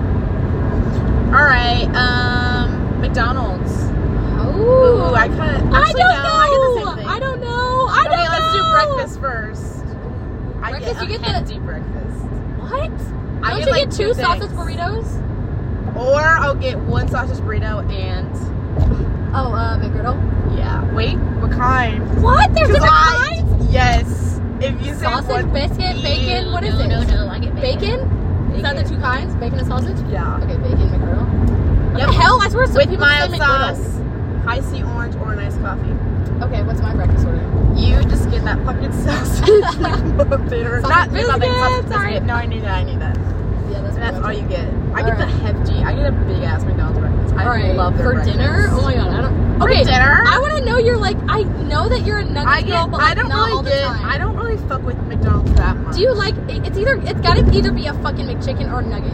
Speaker 2: All right, um, McDonald's. Ooh,
Speaker 1: Ooh,
Speaker 2: I kind of.
Speaker 1: I don't
Speaker 2: I get the
Speaker 1: know.
Speaker 2: same thing.
Speaker 1: I, don't know. I
Speaker 2: okay,
Speaker 1: don't
Speaker 2: let's
Speaker 1: know.
Speaker 2: do breakfast first.
Speaker 1: Breakfast,
Speaker 2: I
Speaker 1: you
Speaker 2: get
Speaker 1: get
Speaker 2: a
Speaker 1: the-
Speaker 2: hefty breakfast.
Speaker 1: What?
Speaker 2: I
Speaker 1: don't
Speaker 2: get,
Speaker 1: you
Speaker 2: like,
Speaker 1: get two sausage
Speaker 2: things.
Speaker 1: burritos?
Speaker 2: Or I'll get one sausage burrito and
Speaker 1: Oh, uh, McGriddle.
Speaker 2: yeah. Wait, what kind?
Speaker 1: What? There's
Speaker 2: Because
Speaker 1: different
Speaker 2: I-
Speaker 1: kinds?
Speaker 2: Yes. If you say
Speaker 1: Sausage,
Speaker 2: one-
Speaker 1: biscuit, bacon. What is it?
Speaker 3: I get
Speaker 1: Bacon? Is that the two kinds? Bacon and sausage?
Speaker 2: Yeah.
Speaker 1: Okay, bacon, McGriddle. What
Speaker 2: Yep.
Speaker 1: the hell? I swear some
Speaker 2: With
Speaker 1: people say
Speaker 2: mild
Speaker 1: McGriddle.
Speaker 2: sauce, high C orange, or an iced coffee.
Speaker 1: Okay, what's my breakfast order?
Speaker 2: You just get that fucking sausage. bitter. Not
Speaker 1: Sausage
Speaker 2: not that
Speaker 1: biscuit,
Speaker 2: sausage
Speaker 1: sorry.
Speaker 2: biscuit. No, I knew that. I knew that.
Speaker 1: Yeah, that's
Speaker 2: And that's
Speaker 1: what
Speaker 2: all
Speaker 1: I'm
Speaker 2: you get. I get
Speaker 1: All
Speaker 2: the
Speaker 1: right.
Speaker 2: hefty. I get a big ass McDonald's breakfast. I
Speaker 1: All right,
Speaker 2: love their
Speaker 1: for
Speaker 2: breakfast.
Speaker 1: dinner. Oh my god, I don't.
Speaker 2: For
Speaker 1: Okay,
Speaker 2: dinner?
Speaker 1: I want to know you're like. I know that you're a nugget
Speaker 2: I get.
Speaker 1: girl, but like
Speaker 2: I don't
Speaker 1: not all
Speaker 2: really
Speaker 1: the
Speaker 2: get.
Speaker 1: time.
Speaker 2: I don't really fuck with McDonald's that much.
Speaker 1: Do you like? it- It's either. It's got to either be a fucking McChicken or a nugget.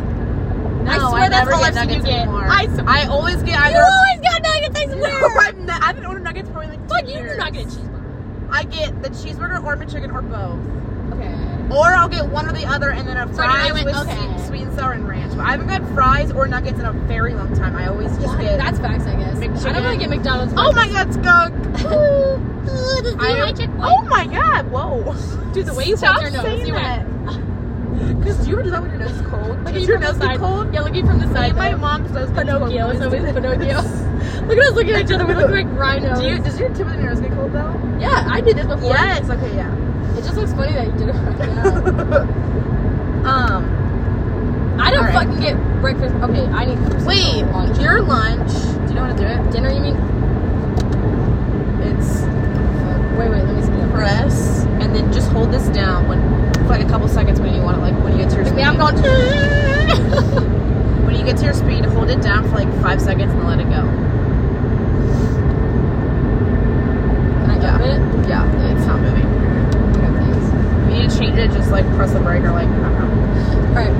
Speaker 2: No,
Speaker 1: I swear
Speaker 2: I
Speaker 1: that's
Speaker 2: never
Speaker 1: all
Speaker 2: get
Speaker 1: I've seen you
Speaker 2: nuggets
Speaker 1: get.
Speaker 2: Anymore.
Speaker 1: I
Speaker 2: I always get
Speaker 1: You
Speaker 2: either.
Speaker 1: always got nuggets. I
Speaker 2: No,
Speaker 1: swear.
Speaker 2: I'm not, I haven't ordered nuggets for like.
Speaker 1: Fuck
Speaker 2: 10
Speaker 1: you,
Speaker 2: years.
Speaker 1: do not get a cheeseburger.
Speaker 2: I get the cheeseburger or McChicken or both.
Speaker 1: Okay.
Speaker 2: Or I'll get one or the other and then a
Speaker 1: So now I
Speaker 2: fries
Speaker 1: went-
Speaker 2: with
Speaker 1: okay.
Speaker 2: sweet, sweet and sour and ranch. But I haven't got fries or nuggets in a very long time. I always just
Speaker 1: Yeah,
Speaker 2: get.
Speaker 1: that's facts, I guess. I
Speaker 2: McChicken.
Speaker 1: don't really get McDonald's.
Speaker 2: oh my god, skunk!
Speaker 1: Ooh, this
Speaker 2: I am-
Speaker 1: chick.
Speaker 2: oh my god, whoa.
Speaker 1: Dude, the way you
Speaker 2: Stop
Speaker 1: hold your nose,
Speaker 2: saying
Speaker 1: you went.
Speaker 2: that. Because you ever do that when your nose is cold? Like, is your nose
Speaker 1: side.
Speaker 2: get cold?
Speaker 1: Yeah, looking from the
Speaker 2: Me
Speaker 1: side.
Speaker 2: and my
Speaker 1: though.
Speaker 2: mom's nose gets
Speaker 1: Pinocchio.
Speaker 2: cold.
Speaker 1: It's always Pinocchio. Look at us looking at each other. We look like rhinos.
Speaker 2: Do you, does your tip of the nose get cold though?
Speaker 1: yeah, I did this before.
Speaker 2: Yes. Okay. Yeah.
Speaker 1: It just looks funny that you did it right now.
Speaker 2: um.
Speaker 1: I don't
Speaker 2: All right.
Speaker 1: fucking get breakfast. Okay, I need to
Speaker 2: Wait.
Speaker 1: lunch.
Speaker 2: Your lunch. Do you know how to do it?
Speaker 1: Dinner, you mean?
Speaker 2: It's
Speaker 1: Wait, wait, let me speed up.
Speaker 2: press and then just hold this down when for like a couple seconds when you want it. Like when you get to your
Speaker 1: Like me,
Speaker 2: speed.
Speaker 1: I'm going.
Speaker 2: When you get to your speed, hold it down for like five seconds and let it go.
Speaker 1: Can I
Speaker 2: Yeah.
Speaker 1: dump it?
Speaker 2: Yeah. It's not moving.
Speaker 1: Okay, thanks.
Speaker 2: If you need to change it, just like press the brake or like I don't know.
Speaker 1: Alright.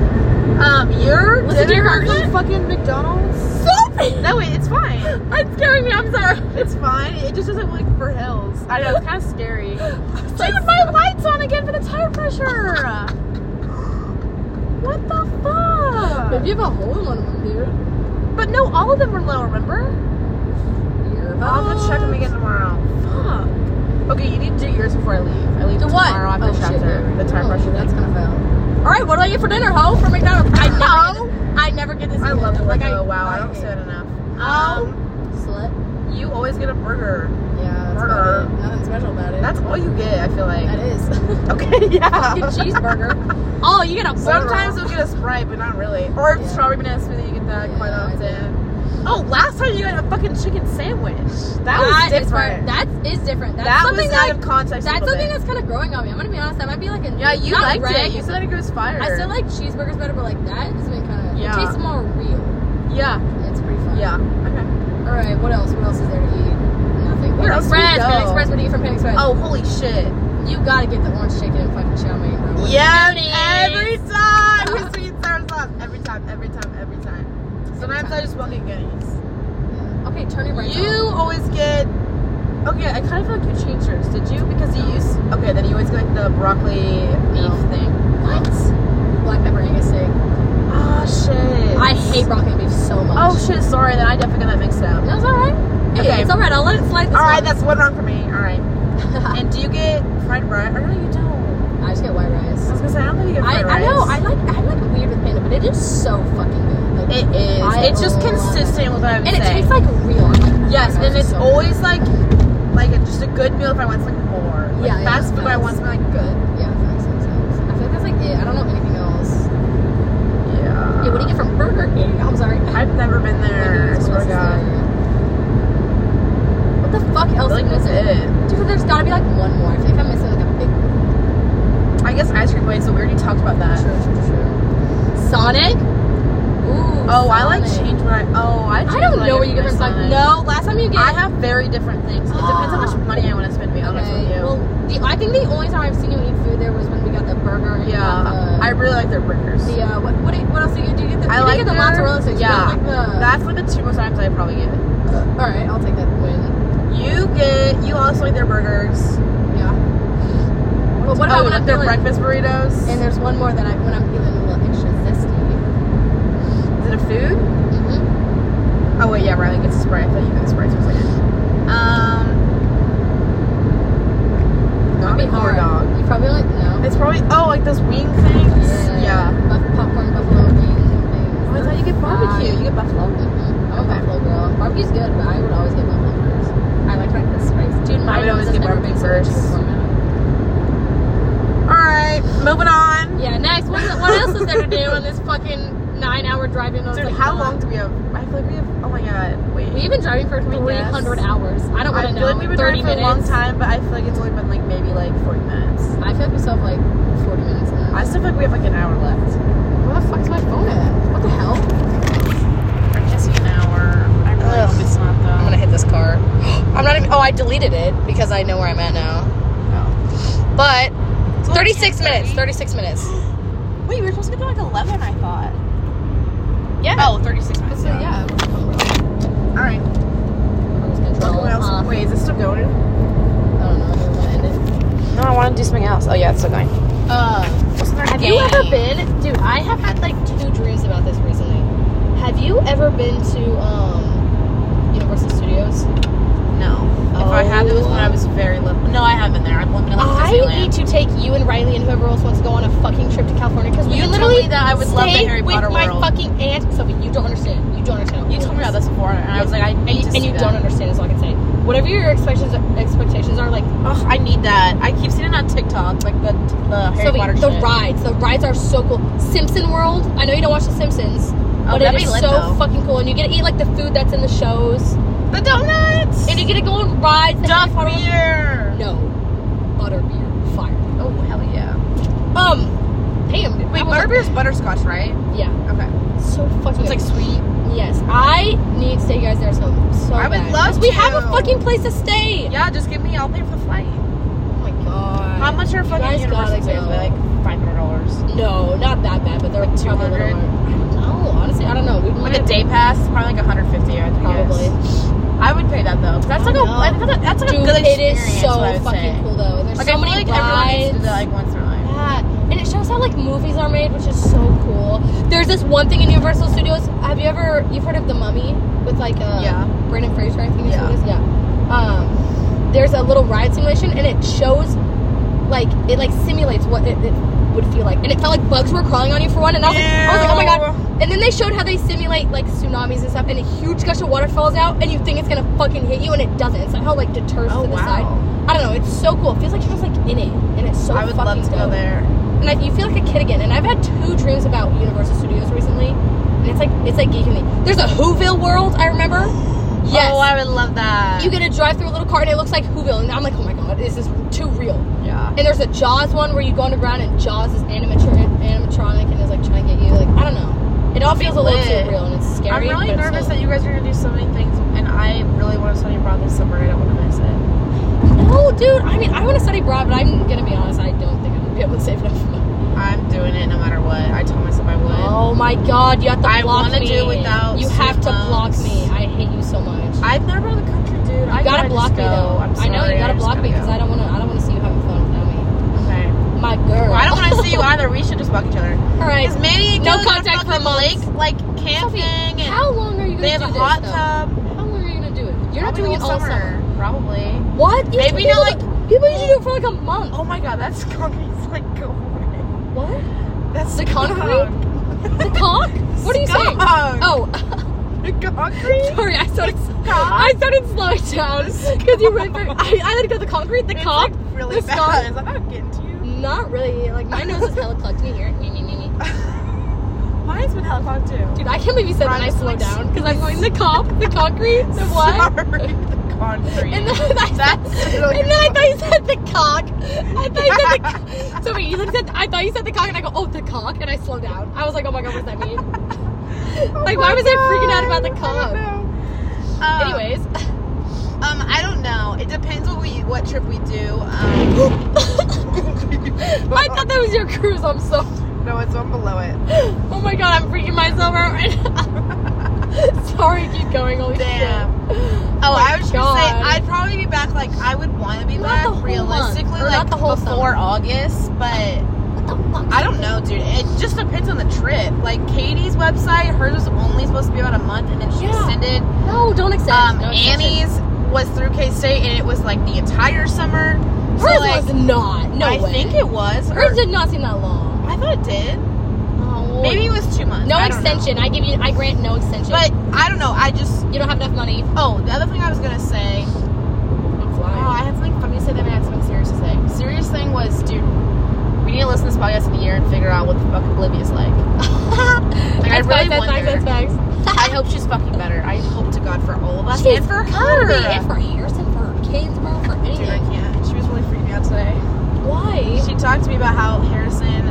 Speaker 2: Um, your
Speaker 1: Was it
Speaker 2: dinner
Speaker 1: your
Speaker 2: comes
Speaker 1: argument?
Speaker 2: from fucking McDonald's.
Speaker 1: Sophie!
Speaker 2: No, wait, it's fine.
Speaker 1: That's scaring me, I'm sorry.
Speaker 2: It's fine. It just doesn't look for hills. I know it's kind of scary.
Speaker 1: Dude, my light's on again for the tire pressure!
Speaker 2: What the fuck?
Speaker 1: Maybe you have a hole in one of them, dude.
Speaker 2: But no, all of them were low. Remember?
Speaker 1: Your
Speaker 2: I'll have to check them
Speaker 1: butt.
Speaker 2: again tomorrow. Fuck. Okay, you need to do yours before I leave. I leave
Speaker 1: Do what?
Speaker 2: tomorrow after
Speaker 1: Oh, shit,
Speaker 2: chapter.
Speaker 1: yeah.
Speaker 2: The tire
Speaker 1: Oh,
Speaker 2: pressure.
Speaker 1: That's
Speaker 2: thing.
Speaker 1: gonna fail. Alright, what do I get for dinner, ho? From McDonald's. I know! I never get this.
Speaker 2: I
Speaker 1: again.
Speaker 2: love the
Speaker 1: Like,
Speaker 2: logo. Wow, I don't
Speaker 1: like
Speaker 2: say it enough.
Speaker 1: Oh.
Speaker 2: Um,
Speaker 1: Slut.
Speaker 2: you always get a burger.
Speaker 1: Yeah, that's
Speaker 2: Burger.
Speaker 1: about it. Nothing special about it.
Speaker 2: That's all you get. I feel like.
Speaker 1: that is.
Speaker 2: Okay, yeah.
Speaker 1: Fucking cheeseburger. Oh, you get a
Speaker 2: Sometimes we'll get a Sprite, but not really. Or
Speaker 1: Yeah.
Speaker 2: strawberry banana smoothie, you get that quite
Speaker 1: Yeah, I
Speaker 2: often. Oh, last time you got a fucking chicken sandwich. That was
Speaker 1: That is different.
Speaker 2: different.
Speaker 1: That is different. That's
Speaker 2: that
Speaker 1: something
Speaker 2: was out
Speaker 1: that
Speaker 2: of context. a
Speaker 1: that's
Speaker 2: little
Speaker 1: something
Speaker 2: bit.
Speaker 1: that's kind of growing on me. I'm gonna be honest. That might be like a
Speaker 2: Yeah, you
Speaker 1: not
Speaker 2: liked
Speaker 1: reg.
Speaker 2: it. You said it was fire.
Speaker 1: I still like cheeseburgers better, but like that has been kind of.
Speaker 2: Yeah.
Speaker 1: It tastes more real.
Speaker 2: Yeah,
Speaker 1: It's pretty fun.
Speaker 2: yeah. Okay.
Speaker 1: All right. What else? What else is there to eat? Nothing.
Speaker 2: Where
Speaker 1: Pan
Speaker 2: else do we
Speaker 1: Express.
Speaker 2: go?
Speaker 1: Pan Express. What do you eat from Pan Express?
Speaker 2: Oh, holy shit.
Speaker 1: you gotta get the orange chicken and fucking chow mein, bro. What-
Speaker 2: Yeah, every
Speaker 1: Every
Speaker 2: time. With sweet and sour sauce. Every time, every time, every time. Sometimes I
Speaker 1: time.
Speaker 2: just want to get Goodies.
Speaker 1: Yeah. Okay, turn your right.
Speaker 2: You always get. Okay, I kind of feel like you changed yours. Did you? Because you use. Okay, then you always get like the broccoli beef
Speaker 1: No.
Speaker 2: thing.
Speaker 1: What? Black pepper Angus steak.
Speaker 2: Ah shit.
Speaker 1: I hate broccoli and beef so much.
Speaker 2: Oh shit. Sorry. Then I definitely got that mixed up.
Speaker 1: That's all right. Hey,
Speaker 2: Okay.
Speaker 1: it's all right. I'll let it slide. This
Speaker 2: All right,
Speaker 1: one.
Speaker 2: that's one wrong for me. All right. and do you get fried rice? Or no, you don't.
Speaker 1: I just get white
Speaker 2: I
Speaker 1: rice.
Speaker 2: was gonna say I don't think you get
Speaker 1: I,
Speaker 2: fried
Speaker 1: I
Speaker 2: rice.
Speaker 1: know. I like. I like weird with panda, but it is so fucking good. Like,
Speaker 2: It is.
Speaker 1: I
Speaker 2: it's just
Speaker 1: love it.
Speaker 2: consistent with what I'm
Speaker 1: and it
Speaker 2: saying.
Speaker 1: tastes like real. I'm like, oh my
Speaker 2: yes,
Speaker 1: God,
Speaker 2: and
Speaker 1: this is
Speaker 2: it's
Speaker 1: so
Speaker 2: always like, like it's just a good meal if I want something more. Like,
Speaker 1: Yeah, yeah,
Speaker 2: Fast food, but I
Speaker 1: facts.
Speaker 2: want something like
Speaker 1: good.
Speaker 2: good.
Speaker 1: Yeah, facts, facts, facts. I feel like that's like it. I don't know anything else.
Speaker 2: Yeah.
Speaker 1: Yeah, what do you get from Burger King? I'm sorry.
Speaker 2: I've never been there. I
Speaker 1: What
Speaker 2: swear
Speaker 1: else
Speaker 2: to
Speaker 1: is
Speaker 2: God.
Speaker 1: there? What the fuck
Speaker 2: I
Speaker 1: else
Speaker 2: feel like
Speaker 1: is
Speaker 2: that's
Speaker 1: it?
Speaker 2: it.
Speaker 1: Dude, there's gotta be like one more. I feel like I'm missing like a big.
Speaker 2: I guess ice cream. Wait, so we already talked about that.
Speaker 1: True, true, true. Sonic. Ooh.
Speaker 2: Oh, I like
Speaker 1: Sonic.
Speaker 2: change my. Oh,
Speaker 1: I
Speaker 2: I. change
Speaker 1: don't
Speaker 2: what
Speaker 1: know what you
Speaker 2: for
Speaker 1: get
Speaker 2: my
Speaker 1: from Sonic.
Speaker 2: Sonic.
Speaker 1: No, last time you get.
Speaker 2: I have very different things. It depends how much money I want to spend. To be honest
Speaker 1: Okay.
Speaker 2: with you.
Speaker 1: Well, the, I think the only time I've seen you eat food there was when we got the burger. And
Speaker 2: yeah, I
Speaker 1: Got
Speaker 2: really like their burgers.
Speaker 1: the, the uh, what, what, do you- what else do you get? Do you get the? you
Speaker 2: I like
Speaker 1: didn't get the
Speaker 2: their-
Speaker 1: mozzarella sticks. you got,
Speaker 2: yeah.
Speaker 1: like the,
Speaker 2: That's like the two most times I probably get. it.
Speaker 1: All right, I'll take that win.
Speaker 2: You get. You also like their burgers.
Speaker 1: Yeah. But what
Speaker 2: oh,
Speaker 1: about when
Speaker 2: like
Speaker 1: I'm
Speaker 2: their
Speaker 1: feeling-
Speaker 2: breakfast burritos?
Speaker 1: And there's one more that I when I'm feeling a little extra zesty.
Speaker 2: Is it a food? Oh wait, yeah, Riley gets a spray. I thought you got a spray for a second. Um.
Speaker 1: That'd
Speaker 2: Not
Speaker 1: be
Speaker 2: a corn
Speaker 1: hard.
Speaker 2: dog.
Speaker 1: You probably like no.
Speaker 2: It's probably oh like those wing things. Yeah.
Speaker 1: Buff, popcorn buffalo wings and things.
Speaker 2: Oh, I thought you get barbecue. you get buffalo.
Speaker 1: Mhm. I'm a
Speaker 2: Okay.
Speaker 1: buffalo girl. Barbecue's good, but I would always get buffalo first. I like like the spice. Dude,
Speaker 2: I'd
Speaker 1: mom
Speaker 2: always
Speaker 1: has
Speaker 2: get
Speaker 1: never
Speaker 2: barbecue
Speaker 1: made so much
Speaker 2: first.
Speaker 1: before now.
Speaker 2: All right, moving on.
Speaker 1: Yeah, next. What, what else is there to do on this fucking nine hour drive? in those,
Speaker 2: Dude,
Speaker 1: like,
Speaker 2: how
Speaker 1: come
Speaker 2: long
Speaker 1: on.
Speaker 2: do we have? I feel like we have. Oh my god, wait.
Speaker 1: We've been driving for
Speaker 2: Let me guess.
Speaker 1: 300 hours. I don't want
Speaker 2: I
Speaker 1: to
Speaker 2: feel
Speaker 1: know.
Speaker 2: like we've been
Speaker 1: 30
Speaker 2: driving for a long
Speaker 1: minutes.
Speaker 2: time, but I feel like it's only been like maybe like 40 minutes.
Speaker 1: I feel like we still have like 40 minutes left.
Speaker 2: I still feel like we have like an hour left.
Speaker 1: Where the fuck is my phone at? What the hell?
Speaker 2: I'm guessing an hour. I really
Speaker 1: Ugh.
Speaker 2: hope it's not
Speaker 1: I'm
Speaker 2: though.
Speaker 1: gonna hit this car. I'm not even. Oh, I deleted it because I know where I'm at now. But 36 minutes. 36 minutes.
Speaker 2: Wait, we were supposed to get there like 11, I thought.
Speaker 1: Yeah.
Speaker 2: Oh, 36 minutes.
Speaker 1: So yeah.
Speaker 2: All right.
Speaker 1: Cruise control.
Speaker 2: what else?
Speaker 1: off.
Speaker 2: Wait, is it still going?
Speaker 1: I don't know. I wanna end it.
Speaker 2: No, I want to do something else. Oh yeah, it's still going.
Speaker 1: Uh,
Speaker 2: Wasn't there
Speaker 1: Have
Speaker 2: game?
Speaker 1: you ever been, dude? I have had like two dreams about this recently. Have you ever been to um, Universal Studios?
Speaker 2: No. If I have, it was when I was very little. No, I haven't there. I've been to like
Speaker 1: I need to
Speaker 2: Disneyland.
Speaker 1: take you and Riley and whoever else wants to go on a fucking trip to California because we
Speaker 2: You told
Speaker 1: literally
Speaker 2: me that I would love the
Speaker 1: stayed
Speaker 2: Harry Potter
Speaker 1: with my
Speaker 2: world.
Speaker 1: fucking aunt. Sophie, you don't understand. You don't understand.
Speaker 2: You told me about this before, and I was like, I need
Speaker 1: and, and
Speaker 2: to see
Speaker 1: you
Speaker 2: that.
Speaker 1: don't understand is all I can say. Whatever your expectations expectations are, like
Speaker 2: Ugh, oh, I need that. I keep seeing it on TikTok, like the the Harry
Speaker 1: Sophie,
Speaker 2: Potter
Speaker 1: the
Speaker 2: shit.
Speaker 1: rides, the rides are so cool. Simpson World. I know you don't watch The Simpsons, but
Speaker 2: that'd
Speaker 1: it
Speaker 2: be
Speaker 1: is so
Speaker 2: lit, though.
Speaker 1: fucking cool. And you get to eat like the food that's in the shows,
Speaker 2: The donuts.
Speaker 1: and you get to go on rides. the Harry
Speaker 2: Duff
Speaker 1: Potter-
Speaker 2: beer.
Speaker 1: No, butterbeer, fire.
Speaker 2: Oh hell yeah.
Speaker 1: Um, Pam. I
Speaker 2: Wait,
Speaker 1: was like-
Speaker 2: butterbeer is butterscotch, right?
Speaker 1: yeah,
Speaker 2: Okay.
Speaker 1: so fucking.
Speaker 2: It's like sweet.
Speaker 1: Yes, I need to take you guys there so so
Speaker 2: I would
Speaker 1: bad.
Speaker 2: love
Speaker 1: 'Cause We have a
Speaker 2: to.
Speaker 1: fucking place to stay.
Speaker 2: Yeah, just give me. I'll pay for the flight.
Speaker 1: Oh my god.
Speaker 2: How much are
Speaker 1: You
Speaker 2: fucking
Speaker 1: guys
Speaker 2: university
Speaker 1: gotta
Speaker 2: plays?
Speaker 1: go.
Speaker 2: Like five hundred dollars.
Speaker 1: No, not that bad, but they're like two hundred. I
Speaker 2: 200?
Speaker 1: don't know. Honestly, I don't know. We
Speaker 2: With a day pass, it's probably like 150. I think
Speaker 1: probably.
Speaker 2: It is. I would pay that though. 'cause That's
Speaker 1: I
Speaker 2: like a
Speaker 1: know.
Speaker 2: I think that's a- that's like
Speaker 1: Dude,
Speaker 2: a good
Speaker 1: it
Speaker 2: experience.
Speaker 1: is so
Speaker 2: what I would
Speaker 1: fucking
Speaker 2: say.
Speaker 1: cool though. There's
Speaker 2: Like
Speaker 1: so
Speaker 2: I feel
Speaker 1: many
Speaker 2: like everyone needs to do
Speaker 1: rides.
Speaker 2: that like once in their life.
Speaker 1: yeah, and it shows how like movies are made, which is so cool. There's this one thing in Universal Studios. Have you ever you've heard of the Mummy with like uh,
Speaker 2: Yeah.
Speaker 1: Brandon Fraser? I think it's
Speaker 2: Yeah.
Speaker 1: yeah. yeah. Um, there's a little ride simulation, and it shows like it like simulates what it, it would feel like, and it felt like bugs were crawling on you for one, and I was like, I was like, oh my god, and then they showed how they simulate like tsunamis and stuff, and a huge gush of water falls out, and you think it's gonna fucking hit you, and it doesn't. It somehow like deters
Speaker 2: Oh
Speaker 1: to the side.
Speaker 2: wow.
Speaker 1: I don't know. It's so cool. It feels like you're just like in it, and it's so.
Speaker 2: I would love
Speaker 1: fucking
Speaker 2: to go
Speaker 1: dope.
Speaker 2: there.
Speaker 1: And I, you feel like a kid again. And I've had two dreams about Universal Studios recently, and it's like it's like geeking me. There's a Whoville world. I remember. Yes.
Speaker 2: Oh, I would love that.
Speaker 1: you get to drive through a little car, and it looks like Whoville, and I'm like, oh my god, this is too real.
Speaker 2: yeah.
Speaker 1: And there's a Jaws one where you go underground and Jaws is animatron- animatronic and is like trying to get you. Like I don't know. It all
Speaker 2: Be
Speaker 1: feels a little
Speaker 2: lit.
Speaker 1: too real and it's
Speaker 2: I'm
Speaker 1: scary.
Speaker 2: really
Speaker 1: but it's
Speaker 2: nervous
Speaker 1: still-
Speaker 2: that you guys are gonna do so many things, and I really want to study abroad this summer. and I don't want to miss it.
Speaker 1: No, dude. I mean, I want to study abroad, but I'm gonna be honest. I don't think I'm gonna be able to save enough money.
Speaker 2: I'm doing it no matter what. I told myself I would.
Speaker 1: Oh my god, you have to
Speaker 2: I
Speaker 1: block
Speaker 2: wanna
Speaker 1: me.
Speaker 2: do without
Speaker 1: you have to
Speaker 2: student
Speaker 1: block
Speaker 2: loans.
Speaker 1: me. I hate you so much.
Speaker 2: I've never been to the country, dude. I
Speaker 1: you gotta,
Speaker 2: just
Speaker 1: block me
Speaker 2: go.
Speaker 1: though.
Speaker 2: I'm
Speaker 1: I know
Speaker 2: sorry,
Speaker 1: you gotta
Speaker 2: just
Speaker 1: block me
Speaker 2: go.
Speaker 1: because I don't wanna. I don't wanna see you having fun without
Speaker 2: Okay.
Speaker 1: me. My girl.
Speaker 2: Well, I don't want to see you either. We should just block each other.
Speaker 1: All right.
Speaker 2: Because Manny and
Speaker 1: No
Speaker 2: Gilly go to
Speaker 1: contact for a
Speaker 2: fucking
Speaker 1: month.
Speaker 2: Lake, like camping.
Speaker 1: Sophie,
Speaker 2: and
Speaker 1: how long are you gonna
Speaker 2: they have
Speaker 1: do
Speaker 2: a
Speaker 1: this,
Speaker 2: hot
Speaker 1: though?
Speaker 2: tub.
Speaker 1: How long are you gonna do it? You're not
Speaker 2: Probably
Speaker 1: doing it all summer.
Speaker 2: Probably.
Speaker 1: What? You
Speaker 2: Maybe
Speaker 1: should
Speaker 2: not,
Speaker 1: do it- people usually do it for like a month.
Speaker 2: Oh my god, that's Conky's like go away.
Speaker 1: What?
Speaker 2: That's
Speaker 1: The The cock? What are you saying? Oh,
Speaker 2: The concrete?
Speaker 1: sorry, I started. I started slowing down because you went through. I, I had to go the concrete, the
Speaker 2: It's
Speaker 1: cock.
Speaker 2: like really
Speaker 1: the
Speaker 2: bad. I'm not getting to you.
Speaker 1: Not really. Like my nose is hella clucked in here. Nee, nee, nee, nee.
Speaker 2: Mine's been hella hot too.
Speaker 1: Dude, I can't believe you said that. I
Speaker 2: Right,
Speaker 1: slowed
Speaker 2: like-
Speaker 1: down because I'm going the cock, the concrete, the what?
Speaker 2: Sorry, the concrete.
Speaker 1: And then, I said,
Speaker 2: That's really
Speaker 1: and then I thought you said the cock. I thought you said the cock. So wait, you said I thought you said the cock, and I go, oh, the cock, and I slow down. I was like, oh my god, what does that mean? like, why was I freaking out about the
Speaker 2: Oh I
Speaker 1: cock?
Speaker 2: don't know. Um,
Speaker 1: Anyways,
Speaker 2: um, I don't know. It depends what we what trip we do. Um,
Speaker 1: I thought that was your cruise. I'm so.
Speaker 2: no, it's one below it.
Speaker 1: Oh my god, I'm freaking myself out right now. Sorry, keep going. Holy
Speaker 2: Damn.
Speaker 1: shit.
Speaker 2: Oh,
Speaker 1: my
Speaker 2: I was gonna say
Speaker 1: God.
Speaker 2: I'd probably be back. Like I would want to be
Speaker 1: Not
Speaker 2: back
Speaker 1: the whole
Speaker 2: realistically,
Speaker 1: month, or
Speaker 2: like
Speaker 1: not the whole
Speaker 2: before
Speaker 1: summer.
Speaker 2: August. But
Speaker 1: What the fuck?
Speaker 2: I don't know, dude. It just depends on the trip. Like Katie's website, hers was only supposed to be about a month, and then she
Speaker 1: Yeah.
Speaker 2: extended.
Speaker 1: No, don't accept.
Speaker 2: Um,
Speaker 1: No exception.
Speaker 2: Annie's was through K State, and it was like the entire summer.
Speaker 1: Hers
Speaker 2: so like,
Speaker 1: was not. No
Speaker 2: I
Speaker 1: way.
Speaker 2: think it was. or-
Speaker 1: Hers did not seem that long.
Speaker 2: I thought it did.
Speaker 1: Oh,
Speaker 2: Maybe it was two months.
Speaker 1: no
Speaker 2: I don't know.
Speaker 1: extension. I give you. I grant no extension.
Speaker 2: But I don't know. I just.
Speaker 1: you don't have enough money.
Speaker 2: Oh, the other thing I was gonna say.
Speaker 1: I'm flying.
Speaker 2: Oh, I had something funny to say, then I had something serious to say. Serious thing was, dude, we need to listen to this podcast in a year and figure out what the fuck Olivia's like. Ah. Like, I
Speaker 1: that's facts,
Speaker 2: really
Speaker 1: that's facts.
Speaker 2: wonder.
Speaker 1: That's facts.
Speaker 2: I hope she's fucking better. I hope to God for all of us
Speaker 1: She's
Speaker 2: and for
Speaker 1: gotta
Speaker 2: her.
Speaker 1: be, and for Harrison, for her kids, bro, for
Speaker 2: Dude, I
Speaker 1: anything.
Speaker 2: can't. She was really freaking me out today.
Speaker 1: Why?
Speaker 2: She talked to me about how Harrison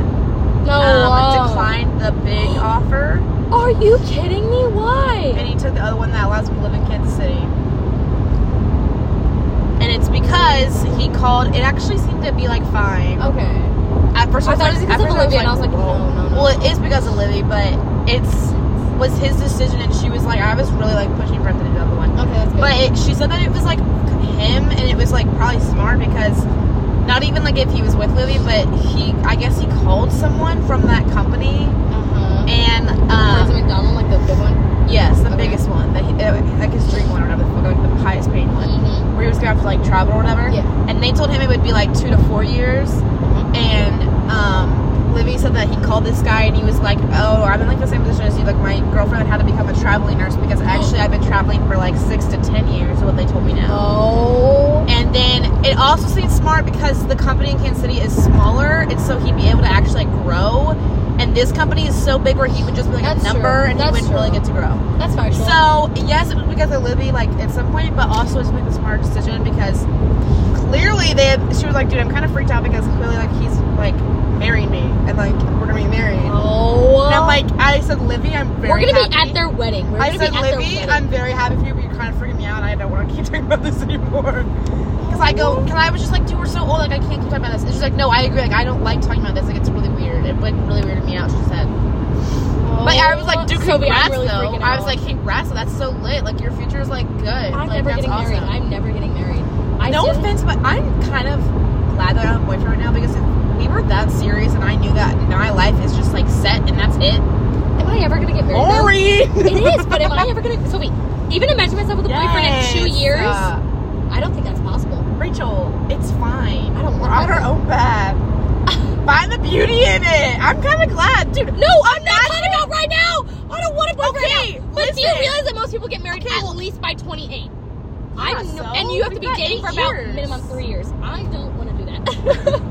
Speaker 1: No.
Speaker 2: um,
Speaker 1: uh,
Speaker 2: declined the big offer
Speaker 1: Are you kidding me? Why?
Speaker 2: and he took the other one that allows him to live in Kansas City. And it's because he called. It actually seemed to be like fine.
Speaker 1: Okay.
Speaker 2: At first,
Speaker 1: I thought it was because
Speaker 2: like- at
Speaker 1: of
Speaker 2: first I
Speaker 1: Olivia, and I was like, "Oh,
Speaker 2: whoa.
Speaker 1: no, no, no.
Speaker 2: Well, it is because of Livy, but it's was his decision, and she was like, I was really like pushing for him to do the other one.
Speaker 1: Okay, that's good.
Speaker 2: But it, she said that it was like him, and it was like probably smart because not even like if he was with Livy, but he, I guess he called someone from that company,
Speaker 1: uh-huh.
Speaker 2: and
Speaker 1: Friends
Speaker 2: um,
Speaker 1: of McDonald, like the big one.
Speaker 2: yes, the
Speaker 1: Okay.
Speaker 2: biggest one, that he, uh, like his dream one or whatever the fuck, like the highest paid one.
Speaker 1: Mm-hmm.
Speaker 2: they told him it would be like two to four years. And um, Livy said that he called this guy and he was like, "Oh, I'm in like the same position as you. Like my girlfriend had to become a traveling nurse because actually I've been traveling for like six to ten years. is What they told me now."
Speaker 4: Oh.
Speaker 2: And then it also seems smart because the company in Kansas City is smaller, and so he'd be able to actually like, grow. And this company is so big where he would just be like
Speaker 1: That's
Speaker 2: a number,
Speaker 1: true.
Speaker 2: and
Speaker 1: That's
Speaker 2: he wouldn't really
Speaker 1: true.
Speaker 2: get to grow.
Speaker 1: That's factual.
Speaker 2: So yes, it was because of Libby, like at some point, but also it's like a smart decision because clearly they. She was like, "Dude, I'm kind of freaked out because clearly like he's like marrying me, and like we're gonna be married."
Speaker 1: oh,
Speaker 2: And I'm like, I said, Livy, I'm very.
Speaker 1: we're gonna be
Speaker 2: happy."
Speaker 1: at their wedding. We're
Speaker 2: I
Speaker 1: gonna
Speaker 2: said,
Speaker 1: be at their
Speaker 2: Livy,
Speaker 1: wedding.
Speaker 2: I'm very happy for you, but you're kind of freaking me out. and I don't want to keep talking about this anymore. Because I go, because I was just like, dude, we're so old. Like, I can't keep talking about this. And she's like, no, I agree. Like, I don't like talking about this. Like, it's really weird. It went really weirded me out, she said. But I was like, dude,
Speaker 1: Sophie,
Speaker 2: congrats,
Speaker 1: Oh, I'm really
Speaker 2: though.
Speaker 1: freaking
Speaker 2: I was
Speaker 1: out.
Speaker 2: like, congrats, that's so lit. Like, your future is, like, good.
Speaker 1: I'm
Speaker 2: like,
Speaker 1: never
Speaker 2: that's
Speaker 1: getting
Speaker 2: awesome.
Speaker 1: married. I'm never getting married. I
Speaker 2: no
Speaker 1: didn't-
Speaker 2: offense, but I'm kind of glad that I have a boyfriend right now because if we were that serious and I knew that my life is just, like, set and that's it.
Speaker 1: Am I ever gonna get married? though? It is, but am I ever gonna? Sophie, even imagine myself with a boyfriend in two
Speaker 2: Yes.
Speaker 1: years.
Speaker 2: Uh,
Speaker 1: I don't think that's possible.
Speaker 2: Rachel, it's fine.
Speaker 1: I don't
Speaker 2: We're
Speaker 1: want
Speaker 2: on
Speaker 1: that.
Speaker 2: our own path. Find the beauty in it. I'm kind of glad, dude.
Speaker 1: No, I'm not talking about right now. I don't want to boyfriend
Speaker 2: Okay,
Speaker 1: right now. But do you
Speaker 2: listen.
Speaker 1: realize that most people get married at least by 28? I'm
Speaker 2: so
Speaker 1: and you have to
Speaker 2: we've
Speaker 1: be
Speaker 2: got
Speaker 1: dating
Speaker 2: eight
Speaker 1: for about
Speaker 2: years.
Speaker 1: minimum three years. I don't want to do that.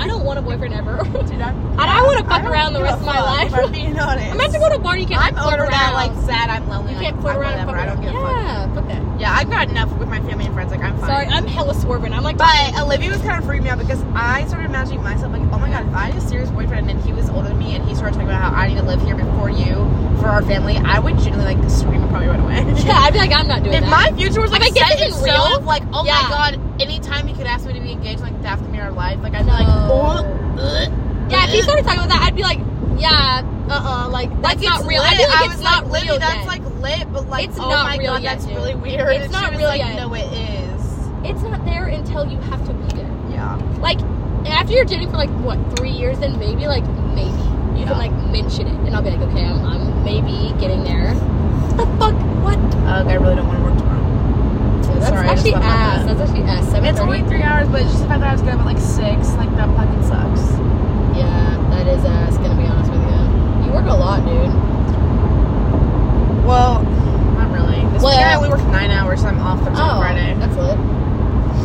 Speaker 1: I don't want a boyfriend ever. and
Speaker 2: Dude, I'm,
Speaker 1: I want to fuck
Speaker 2: don't
Speaker 1: around the
Speaker 2: give a
Speaker 1: rest of my
Speaker 2: fuck,
Speaker 1: life.
Speaker 2: If I'm being honest.
Speaker 1: I'm about to go to a bar. You can't
Speaker 2: I'm
Speaker 1: like, flirt around.
Speaker 2: over that, like, sad, I'm lonely.
Speaker 1: you
Speaker 2: like,
Speaker 1: can't flirt
Speaker 2: I'm
Speaker 1: around. and fuck
Speaker 2: Whatever. I
Speaker 1: around.
Speaker 2: don't give a fuck.
Speaker 1: yeah, fuck that.
Speaker 2: Yeah, I've got enough with my family and friends. Like, I'm fine.
Speaker 1: Sorry, I'm hella swerving. I'm like,
Speaker 2: But Olivia was kind of freaking me out because I started imagining myself like, oh my god, if I had a serious boyfriend and he was older than me and he started talking about how I need to live here before you for our family, I would genuinely like scream and probably run away.
Speaker 1: yeah, I'd be like, I'm not doing
Speaker 2: If
Speaker 1: that.
Speaker 2: my future was
Speaker 1: If
Speaker 2: like
Speaker 1: I get
Speaker 2: set
Speaker 1: this
Speaker 2: in
Speaker 1: in real,
Speaker 2: stone, like oh
Speaker 1: yeah.
Speaker 2: my god, anytime he could ask me to be engaged, like that's gonna be our life. Like I'd be
Speaker 1: No.
Speaker 2: like, oh, ugh,
Speaker 1: yeah, if he
Speaker 2: ugh.
Speaker 1: started talking about that, I'd be like, yeah, uh, uh like that's
Speaker 2: Like,
Speaker 1: not
Speaker 2: it's
Speaker 1: real.
Speaker 2: Lit.
Speaker 1: I feel like it's
Speaker 2: was
Speaker 1: not
Speaker 2: like, Libby,
Speaker 1: real.
Speaker 2: That's
Speaker 1: yet.
Speaker 2: like lit, but like
Speaker 1: It's
Speaker 2: oh
Speaker 1: not
Speaker 2: my
Speaker 1: real
Speaker 2: god,
Speaker 1: yet,
Speaker 2: that's
Speaker 1: dude.
Speaker 2: really weird.
Speaker 1: It's
Speaker 2: and
Speaker 1: not
Speaker 2: she was
Speaker 1: real
Speaker 2: like,
Speaker 1: yet.
Speaker 2: No, it is.
Speaker 1: it's not there until you have to be there.
Speaker 2: Yeah,
Speaker 1: Like after you're dating for like what three years, then maybe like maybe you can
Speaker 2: Yeah.
Speaker 1: like mention it, and I'll be like, okay, I'm, I'm maybe getting there. What the fuck? What?
Speaker 2: ugh, Uh, I really don't want to work tomorrow.
Speaker 1: That's
Speaker 2: Sorry, I just
Speaker 1: actually
Speaker 2: thought about
Speaker 1: ass.
Speaker 2: that.
Speaker 1: That's actually ass. Seven
Speaker 2: It's only
Speaker 1: thirty.
Speaker 2: three hours, but just the fact that I was gonna have like six, like that fucking sucks.
Speaker 1: Yeah, that is ass. Gonna be honest with you, you work a lot, dude.
Speaker 2: Well, not really. This
Speaker 1: Well-
Speaker 2: weekend I only worked nine hours, so I'm off Thursday, and Friday.
Speaker 1: Oh, that's lit.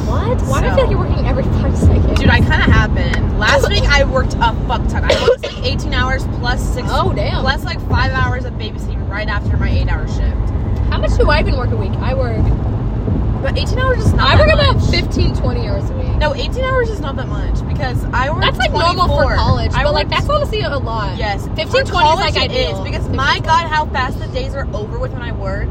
Speaker 1: What? Why do I
Speaker 2: So-
Speaker 1: feel like you're working every five seconds?
Speaker 2: Dude, I kind of have been. Last week I worked a fuck ton. I worked like 18 hours plus six,
Speaker 1: Oh damn.
Speaker 2: plus like five hours of babysitting right after my eight-hour shift.
Speaker 1: How much do I even work a week? I work.
Speaker 2: But 18 hours is not.
Speaker 1: I
Speaker 2: that
Speaker 1: work about
Speaker 2: much.
Speaker 1: 15, 20 hours a week.
Speaker 2: No, 18 hours is not that much because I worked.
Speaker 1: That's like
Speaker 2: 24.
Speaker 1: normal for college,
Speaker 2: I
Speaker 1: but like
Speaker 2: worked-
Speaker 1: that's honestly a lot.
Speaker 2: Yes,
Speaker 1: 15,
Speaker 2: For
Speaker 1: 20 is,
Speaker 2: college
Speaker 1: like,
Speaker 2: it
Speaker 1: ideal.
Speaker 2: is, because
Speaker 1: 15,
Speaker 2: my god, how fast the days are over with when I work.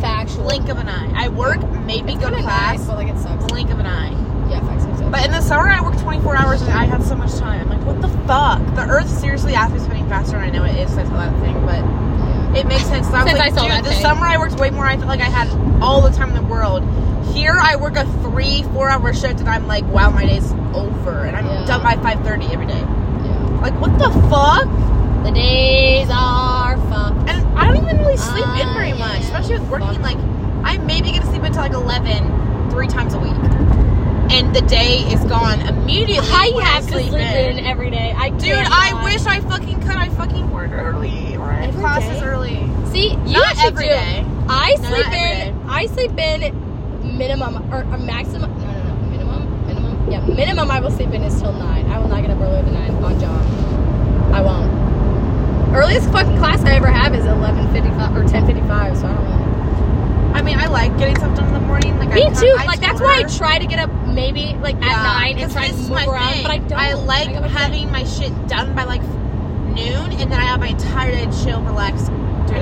Speaker 1: factual.
Speaker 2: Blink of an eye. I work, maybe go to
Speaker 1: Kinda
Speaker 2: class.
Speaker 1: nice, but like it sucks.
Speaker 2: blink of an eye.
Speaker 1: Yeah, facts. It sucks.
Speaker 2: But in the summer, I worked 24 hours and I had so much time. Like, what the fuck? The Earth seriously has me spinning faster, and I know it is since I saw that thing, but
Speaker 1: yeah.
Speaker 2: it makes sense. So I was
Speaker 1: Since
Speaker 2: like,
Speaker 1: I saw
Speaker 2: dude,
Speaker 1: that
Speaker 2: the
Speaker 1: thing.
Speaker 2: summer I worked way more. I felt like I had all the time in the world. Here, I work a three, four-hour shift, and I'm like, wow, my day's over, and I'm
Speaker 1: Yeah.
Speaker 2: done by 5:30 every day.
Speaker 1: yeah.
Speaker 2: Like, what the fuck?
Speaker 1: The days are fucked.
Speaker 2: And I don't even really sleep
Speaker 1: Uh,
Speaker 2: in very
Speaker 1: yeah,
Speaker 2: much,
Speaker 1: yeah.
Speaker 2: especially with working.
Speaker 1: Fuck.
Speaker 2: Like, I maybe get to sleep until like 11, three times a week, and the day is gone immediately.
Speaker 1: I
Speaker 2: when
Speaker 1: have to sleep in every day. I
Speaker 2: Dude, I wish I fucking could. I fucking work early or I have
Speaker 1: Every
Speaker 2: classes
Speaker 1: day?
Speaker 2: early.
Speaker 1: See, you
Speaker 2: Not
Speaker 1: actually
Speaker 2: every
Speaker 1: do.
Speaker 2: day.
Speaker 1: I
Speaker 2: No,
Speaker 1: sleep
Speaker 2: not every
Speaker 1: in. I sleep in minimum or a maximum. No, no, no. Minimum. Minimum. Yeah, minimum. I will sleep in is till nine. I will not get up earlier than nine on job. I won't. Earliest fucking class I ever have is eleven fifty five or ten fifty five. So I don't really.
Speaker 2: I mean, I like getting stuff done in the morning. Like
Speaker 1: Me
Speaker 2: I come-
Speaker 1: too.
Speaker 2: I
Speaker 1: like that's why I
Speaker 2: tour.
Speaker 1: try to get up maybe like at
Speaker 2: Yeah,
Speaker 1: nine and
Speaker 2: 'cause
Speaker 1: try to
Speaker 2: this is
Speaker 1: move
Speaker 2: my
Speaker 1: around,
Speaker 2: thing.
Speaker 1: um, but I don't.
Speaker 2: I like
Speaker 1: got my thing.
Speaker 2: having my shit done by like noon, and then I have my entire day to chill, relax.
Speaker 1: I
Speaker 2: Do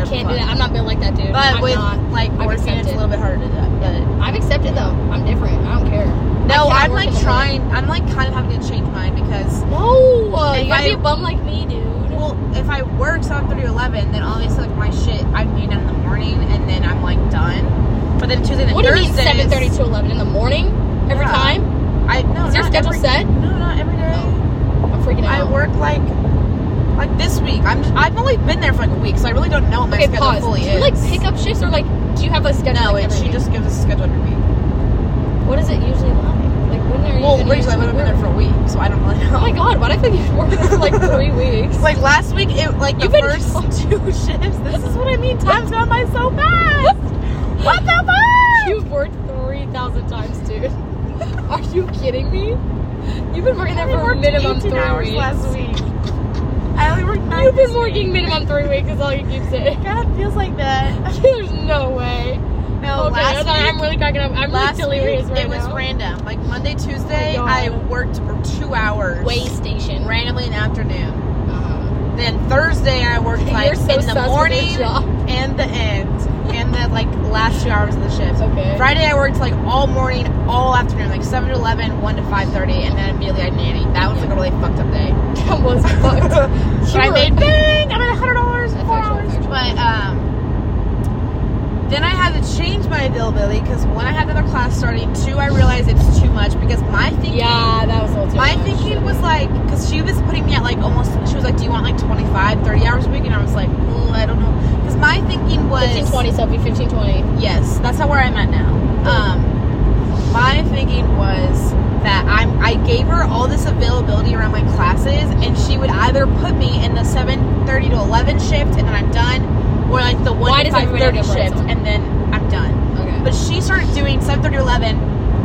Speaker 2: whatever
Speaker 1: can't
Speaker 2: the
Speaker 1: do that.
Speaker 2: fuck.
Speaker 1: I'm not built like that, dude.
Speaker 2: But
Speaker 1: I'm
Speaker 2: with
Speaker 1: not.
Speaker 2: like
Speaker 1: I've
Speaker 2: working, it's a
Speaker 1: accepted.
Speaker 2: little bit harder to do that. But
Speaker 1: I've accepted though. I'm different. I don't care.
Speaker 2: no,
Speaker 1: I can't
Speaker 2: I'm
Speaker 1: work in
Speaker 2: like
Speaker 1: the
Speaker 2: trying. I'm like kind of having to change mine because
Speaker 1: No, uh,
Speaker 2: If
Speaker 1: you gotta
Speaker 2: I-
Speaker 1: be a bum like me, dude.
Speaker 2: Well, if I work 7:30 to 11, then obviously like my shit I'm made in the morning, and then I'm like done. But then Tuesday and
Speaker 1: what do you mean
Speaker 2: Thursdays,
Speaker 1: seven thirty to eleven in the morning every
Speaker 2: Yeah.
Speaker 1: time?
Speaker 2: I no,
Speaker 1: Is your
Speaker 2: not
Speaker 1: schedule
Speaker 2: every,
Speaker 1: set? Oh.
Speaker 2: No, not every day.
Speaker 1: I'm freaking
Speaker 2: I
Speaker 1: out.
Speaker 2: work like like this week. I'm just, I've only been there for like a week, so I really don't know what my
Speaker 1: okay,
Speaker 2: schedule
Speaker 1: pause.
Speaker 2: fully
Speaker 1: do you
Speaker 2: is.
Speaker 1: like pick up shifts or like do you have a schedule?
Speaker 2: no,
Speaker 1: like,
Speaker 2: and
Speaker 1: every
Speaker 2: she
Speaker 1: week?
Speaker 2: just gives us a schedule every week.
Speaker 1: What is it usually like? Like When are you
Speaker 2: Well,
Speaker 1: gonna
Speaker 2: Rachel, I
Speaker 1: actually
Speaker 2: would have been
Speaker 1: work?
Speaker 2: there for a week, so I don't really know.
Speaker 1: Oh my god, why do I think you've worked there for like three weeks?
Speaker 2: Like last week, it like the
Speaker 1: You've been
Speaker 2: first two shifts. This is what I mean.
Speaker 1: Time's
Speaker 2: Time's gone by so fast. What the fuck?
Speaker 1: You've worked 3,000 times, dude. Are you kidding me? You've been working there
Speaker 2: I
Speaker 1: for a
Speaker 2: worked
Speaker 1: minimum
Speaker 2: 18
Speaker 1: three
Speaker 2: hours
Speaker 1: weeks.
Speaker 2: last week. I only worked nine.
Speaker 1: You've
Speaker 2: this
Speaker 1: been working
Speaker 2: week.
Speaker 1: minimum three weeks, is all you keep saying.
Speaker 2: God, it feels like that.
Speaker 1: There's no way.
Speaker 2: No,
Speaker 1: Oh, okay, I'm-
Speaker 2: last
Speaker 1: I'm
Speaker 2: week-
Speaker 1: really cracking up. I'm
Speaker 2: last
Speaker 1: really delirious
Speaker 2: week,
Speaker 1: right
Speaker 2: it was
Speaker 1: now.
Speaker 2: random. Like Monday, Tuesday,
Speaker 1: Oh my
Speaker 2: I
Speaker 1: God.
Speaker 2: worked for two hours.
Speaker 1: Way station.
Speaker 2: randomly in the afternoon.
Speaker 1: Um,
Speaker 2: Then Thursday, I worked
Speaker 1: you're
Speaker 2: like
Speaker 1: so
Speaker 2: in
Speaker 1: sus with
Speaker 2: the
Speaker 1: your
Speaker 2: morning
Speaker 1: job.
Speaker 2: and the end, and the like last two hours of the shift.
Speaker 1: Okay.
Speaker 2: Friday I worked like all morning, all afternoon, like seven to 11, 1 to five thirty, and then immediately I nanny. That was like a really fucked up day.
Speaker 1: That was fucked.
Speaker 2: but
Speaker 1: You
Speaker 2: I
Speaker 1: were-
Speaker 2: made bang. I made hundred dollars in
Speaker 1: That's
Speaker 2: four
Speaker 1: actually
Speaker 2: hours.
Speaker 1: factual.
Speaker 2: But um, then I had to change my availability because one, I had another class starting. Two, I realized it's too much because my thinking,
Speaker 1: Yeah, that was a little too
Speaker 2: my
Speaker 1: much.
Speaker 2: thinking was like, because she was putting me at like almost. She was like, "Do you want like 25, 30 hours a week?" And I was like, "Mm, "I don't know," because my thinking was
Speaker 1: 1520, Sophie, 1520.
Speaker 2: Yes, that's not where I'm at now. Um, my thinking was that I'm I gave her all this availability around my classes, and she would either put me in the seven thirty to eleven shift, and then I'm done, or like the one
Speaker 1: Why
Speaker 2: to
Speaker 1: does
Speaker 2: five
Speaker 1: everybody have
Speaker 2: thirty
Speaker 1: different
Speaker 2: shift,
Speaker 1: times?
Speaker 2: and then I'm done.
Speaker 1: Okay.
Speaker 2: But she started doing seven thirty to eleven.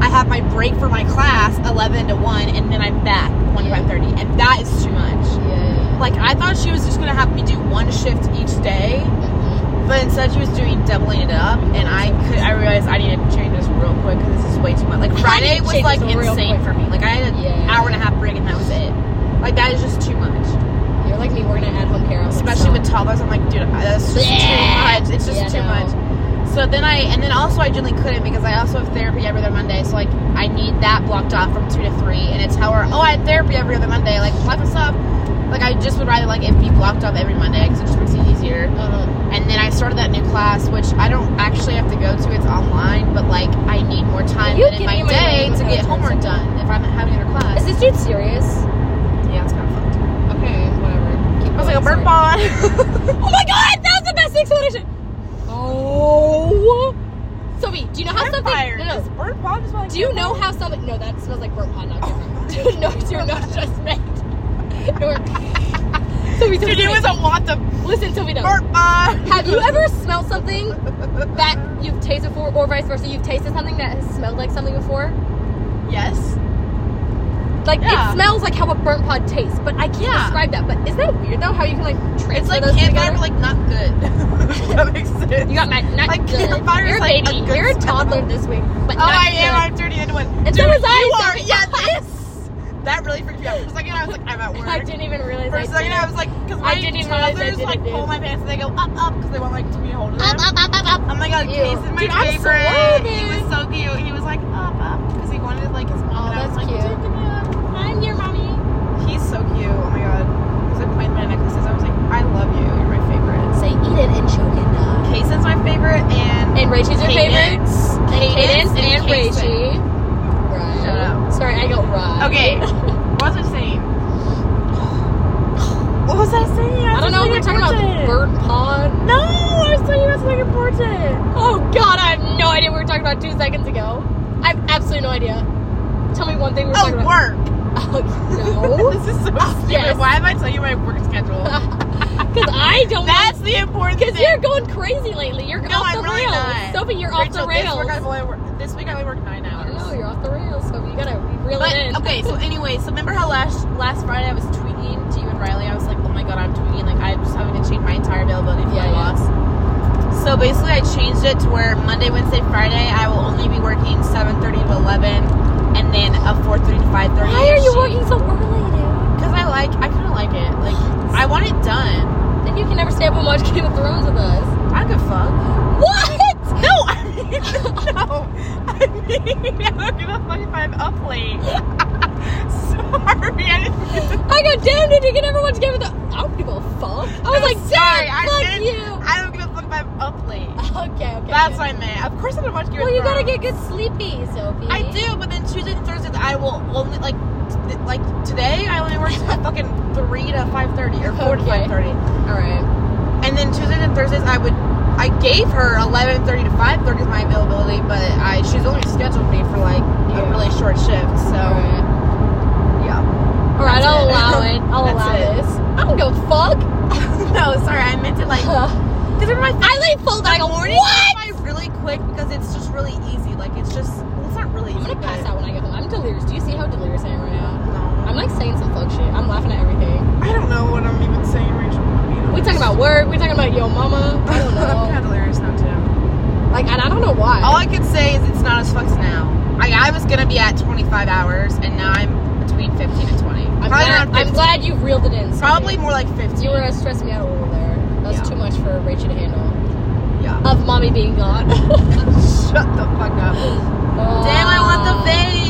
Speaker 2: I have my break for my class eleven to one, and then I'm back one to
Speaker 1: Yeah.
Speaker 2: five thirty, and that is too much.
Speaker 1: yeah.
Speaker 2: Like I thought she was just gonna have me do one shift each day. But instead, she was doing doubling it up, and I could. I realized I needed to change this real quick because this is way too much. Like Friday was
Speaker 1: Change
Speaker 2: like
Speaker 1: this real
Speaker 2: insane
Speaker 1: quick.
Speaker 2: for me. Like I had an
Speaker 1: Yeah.
Speaker 2: hour and a half break, and that was it. Like that is just too much,
Speaker 1: You're like me working at at home care. I was like,
Speaker 2: especially with
Speaker 1: stop.
Speaker 2: toddlers. I'm like, dude, that's just
Speaker 1: Yeah.
Speaker 2: too much. It's just
Speaker 1: Yeah,
Speaker 2: too
Speaker 1: no.
Speaker 2: much. So then I, and then also I generally couldn't because I also have therapy every other Monday. So like I need that blocked off from two to three, and it's how her. Oh, I have therapy every other Monday. Like block us off. Like I just would rather like it be blocked off every Monday because it just makes it easier.
Speaker 1: Uh-huh.
Speaker 2: And then I started that new class, which I don't actually have to go to. It's online, but like I need more time
Speaker 1: You
Speaker 2: than in
Speaker 1: give
Speaker 2: my
Speaker 1: me my
Speaker 2: day
Speaker 1: name
Speaker 2: to
Speaker 1: without
Speaker 2: get
Speaker 1: a
Speaker 2: homework done if I'm having another class.
Speaker 1: Is Oh this dude serious?
Speaker 2: yeah, it's kind of fucked.
Speaker 1: Okay, whatever. Keep
Speaker 2: I was
Speaker 1: going,
Speaker 2: like a burp
Speaker 1: sorry.
Speaker 2: on.
Speaker 1: Oh my god, that was the best explanation. Oh. Sophie, do you know how something? No, no.
Speaker 2: burp on just like
Speaker 1: Do you know how something? No, that smells like burnt pot. Not good. Do you know? Do you know just made? No. Sophie, Sophie,
Speaker 2: Dude, it was a lot of
Speaker 1: listen, Sophie, no.
Speaker 2: burp on.
Speaker 1: Have you ever smelled something that you've tasted before, or vice versa? You've tasted something that has smelled like something before.
Speaker 2: Yes.
Speaker 1: Like
Speaker 2: Yeah.
Speaker 1: it smells like how a burnt pod tastes, but I can't
Speaker 2: Yeah.
Speaker 1: describe that. But is that weird though? How you can like transfer
Speaker 2: It's like
Speaker 1: those together?
Speaker 2: campfire, but like not good. If that makes sense.
Speaker 1: you got mad, not
Speaker 2: Like,
Speaker 1: good.
Speaker 2: campfire is
Speaker 1: You're a
Speaker 2: like a
Speaker 1: baby.
Speaker 2: good
Speaker 1: You're a toddler
Speaker 2: smell.
Speaker 1: this week, but
Speaker 2: Oh,
Speaker 1: not
Speaker 2: I am.
Speaker 1: good.
Speaker 2: I'm turning into one.
Speaker 1: And
Speaker 2: Dude,
Speaker 1: so was
Speaker 2: you
Speaker 1: I.
Speaker 2: Are,
Speaker 1: sorry.
Speaker 2: yeah, this. That really freaked me out. For a second, I was like, I'm at work.
Speaker 1: I didn't even realize.
Speaker 2: For
Speaker 1: I
Speaker 2: a second,
Speaker 1: did.
Speaker 2: I was like, because
Speaker 1: I
Speaker 2: my
Speaker 1: didn't even realize I
Speaker 2: toddlers
Speaker 1: did it,
Speaker 2: like
Speaker 1: dude.
Speaker 2: pull my pants and they go up, up, because they want like me to hold them.
Speaker 5: Up, up, up, up, up.
Speaker 2: Oh my god,
Speaker 1: Ew.
Speaker 2: Casey's my
Speaker 1: Dude, I'm
Speaker 2: favorite. he
Speaker 1: swerving.
Speaker 2: was so cute. He was like up, up, because he wanted like his mom.
Speaker 1: Oh,
Speaker 2: and I was
Speaker 1: that's
Speaker 2: like,
Speaker 1: cute.
Speaker 2: "Dude, give me up."
Speaker 1: I'm your mommy.
Speaker 2: He's so cute. Oh my god. He was like playing my necklaces. I was like, I love you. You're my favorite.
Speaker 5: Say, eat it and choke it down.
Speaker 1: uh,
Speaker 2: Casey's my favorite, and
Speaker 1: And Rachel's your favorite. Cadence and,
Speaker 2: Casey.
Speaker 1: Rachie. Right.
Speaker 2: Shut up.
Speaker 1: Sorry, I got right.
Speaker 2: Okay, what was I saying? What was I saying?
Speaker 1: I don't know. We're
Speaker 2: if
Speaker 1: talking about burnt pod.
Speaker 2: No, I was talking about something important.
Speaker 1: Oh God, I have no idea what we were talking about two seconds ago. I have absolutely no idea. Tell me one thing we were talking
Speaker 2: Oh,
Speaker 1: about.
Speaker 2: work.
Speaker 1: Oh,
Speaker 2: this is so stupid.
Speaker 1: yes.
Speaker 2: Why am I telling you my work schedule?
Speaker 1: no. Because I don't.
Speaker 2: That's the important
Speaker 1: Because
Speaker 2: thing.
Speaker 1: you're going crazy lately. You're
Speaker 2: No,
Speaker 1: off
Speaker 2: I'm
Speaker 1: the
Speaker 2: really
Speaker 1: rails.
Speaker 2: not.
Speaker 1: Sophie, you're off the
Speaker 2: Rachel,
Speaker 1: rails. Oh,
Speaker 2: This week, I've only worked, this week I only worked nine
Speaker 1: I
Speaker 2: hours.
Speaker 1: know you're off the rails, Sophie. You gotta reel
Speaker 2: But
Speaker 1: it in.
Speaker 2: okay, so anyway, so remember how last last Friday I was tweeting to you and Riley? I was like, oh my god, I'm tweeting. Like I'm just having to change my entire availability for
Speaker 1: Yeah,
Speaker 2: my
Speaker 1: yeah.
Speaker 2: boss. So basically, I changed it to where Monday, Wednesday, Friday I will only be working 7:30 to 11, and then a 4:30 to 5:30.
Speaker 1: Why are you working so early, dude?
Speaker 2: Because I like, I kind of like it. Like I want it done.
Speaker 1: Then you can never stay up and watch Game of Thrones with us.
Speaker 2: I don't give a fuck.
Speaker 1: What?
Speaker 2: No, I mean no. I mean I don't give a fuck if I'm up late. Sorry, I didn't mean to
Speaker 1: I go, damn, dude, you can never watch Game of Thrones. I don't give a fuck. I was
Speaker 2: I'm
Speaker 1: like,
Speaker 2: sorry,
Speaker 1: damn,
Speaker 2: I
Speaker 1: fuck
Speaker 2: didn't-
Speaker 1: you.
Speaker 2: I don't give a fuck if I'm up late.
Speaker 1: Okay, okay.
Speaker 2: That's
Speaker 1: okay.
Speaker 2: what I meant. Of course I'm gonna watch Game of
Speaker 1: Well, you gotta
Speaker 2: Thrones.
Speaker 1: get good sleepy, Sophie.
Speaker 2: I do, but then Tuesday and Thursdays I will only like, t- like today I only work till fucking three to five thirty or four to
Speaker 1: Okay.
Speaker 2: five thirty,
Speaker 1: All right.
Speaker 2: and then Tuesdays and Thursdays I would I gave her 11:30 to 5:30 is my availability, but I she's only scheduled me for like a
Speaker 1: Yeah.
Speaker 2: really short shift. So
Speaker 1: Alright.
Speaker 2: yeah.
Speaker 1: Alright, I'll
Speaker 2: That's
Speaker 1: allow
Speaker 2: it.
Speaker 1: it. I'll
Speaker 2: That's
Speaker 1: allow
Speaker 2: it.
Speaker 1: this. I don't give a fuck.
Speaker 2: no, sorry, I meant to like because my
Speaker 1: I like full back a warning.
Speaker 2: What? By really quick because it's just really easy. Like it's just well, it's not really.
Speaker 1: I'm
Speaker 2: easy,
Speaker 1: gonna pass
Speaker 2: but-
Speaker 1: out when I get home. I'm delirious. Do you see how delirious I am right now?
Speaker 2: No,
Speaker 1: I'm like saying some fuck shit. I'm laughing at everything.
Speaker 2: I don't know what I'm even saying, Rachel.
Speaker 1: We talking about work. We talking about yo mama. I don't
Speaker 2: I'm
Speaker 1: know.
Speaker 2: kind of delirious now too.
Speaker 1: Like, and I don't know why.
Speaker 2: All I can say is it's not as fucked now. Like I was gonna be at 25 hours, and now I'm between 15 and 20.
Speaker 1: I'm
Speaker 2: Probably
Speaker 1: glad,
Speaker 2: around 15.
Speaker 1: I'm glad you reeled it in. Sophie.
Speaker 2: Probably more like 15.
Speaker 1: You were stressing me out a little there. That's
Speaker 2: Yeah.
Speaker 1: too much for Rachel to handle.
Speaker 2: Yeah.
Speaker 1: Of mommy being gone.
Speaker 2: Shut the fuck up. Damn, I want the
Speaker 1: Uh,
Speaker 2: vape.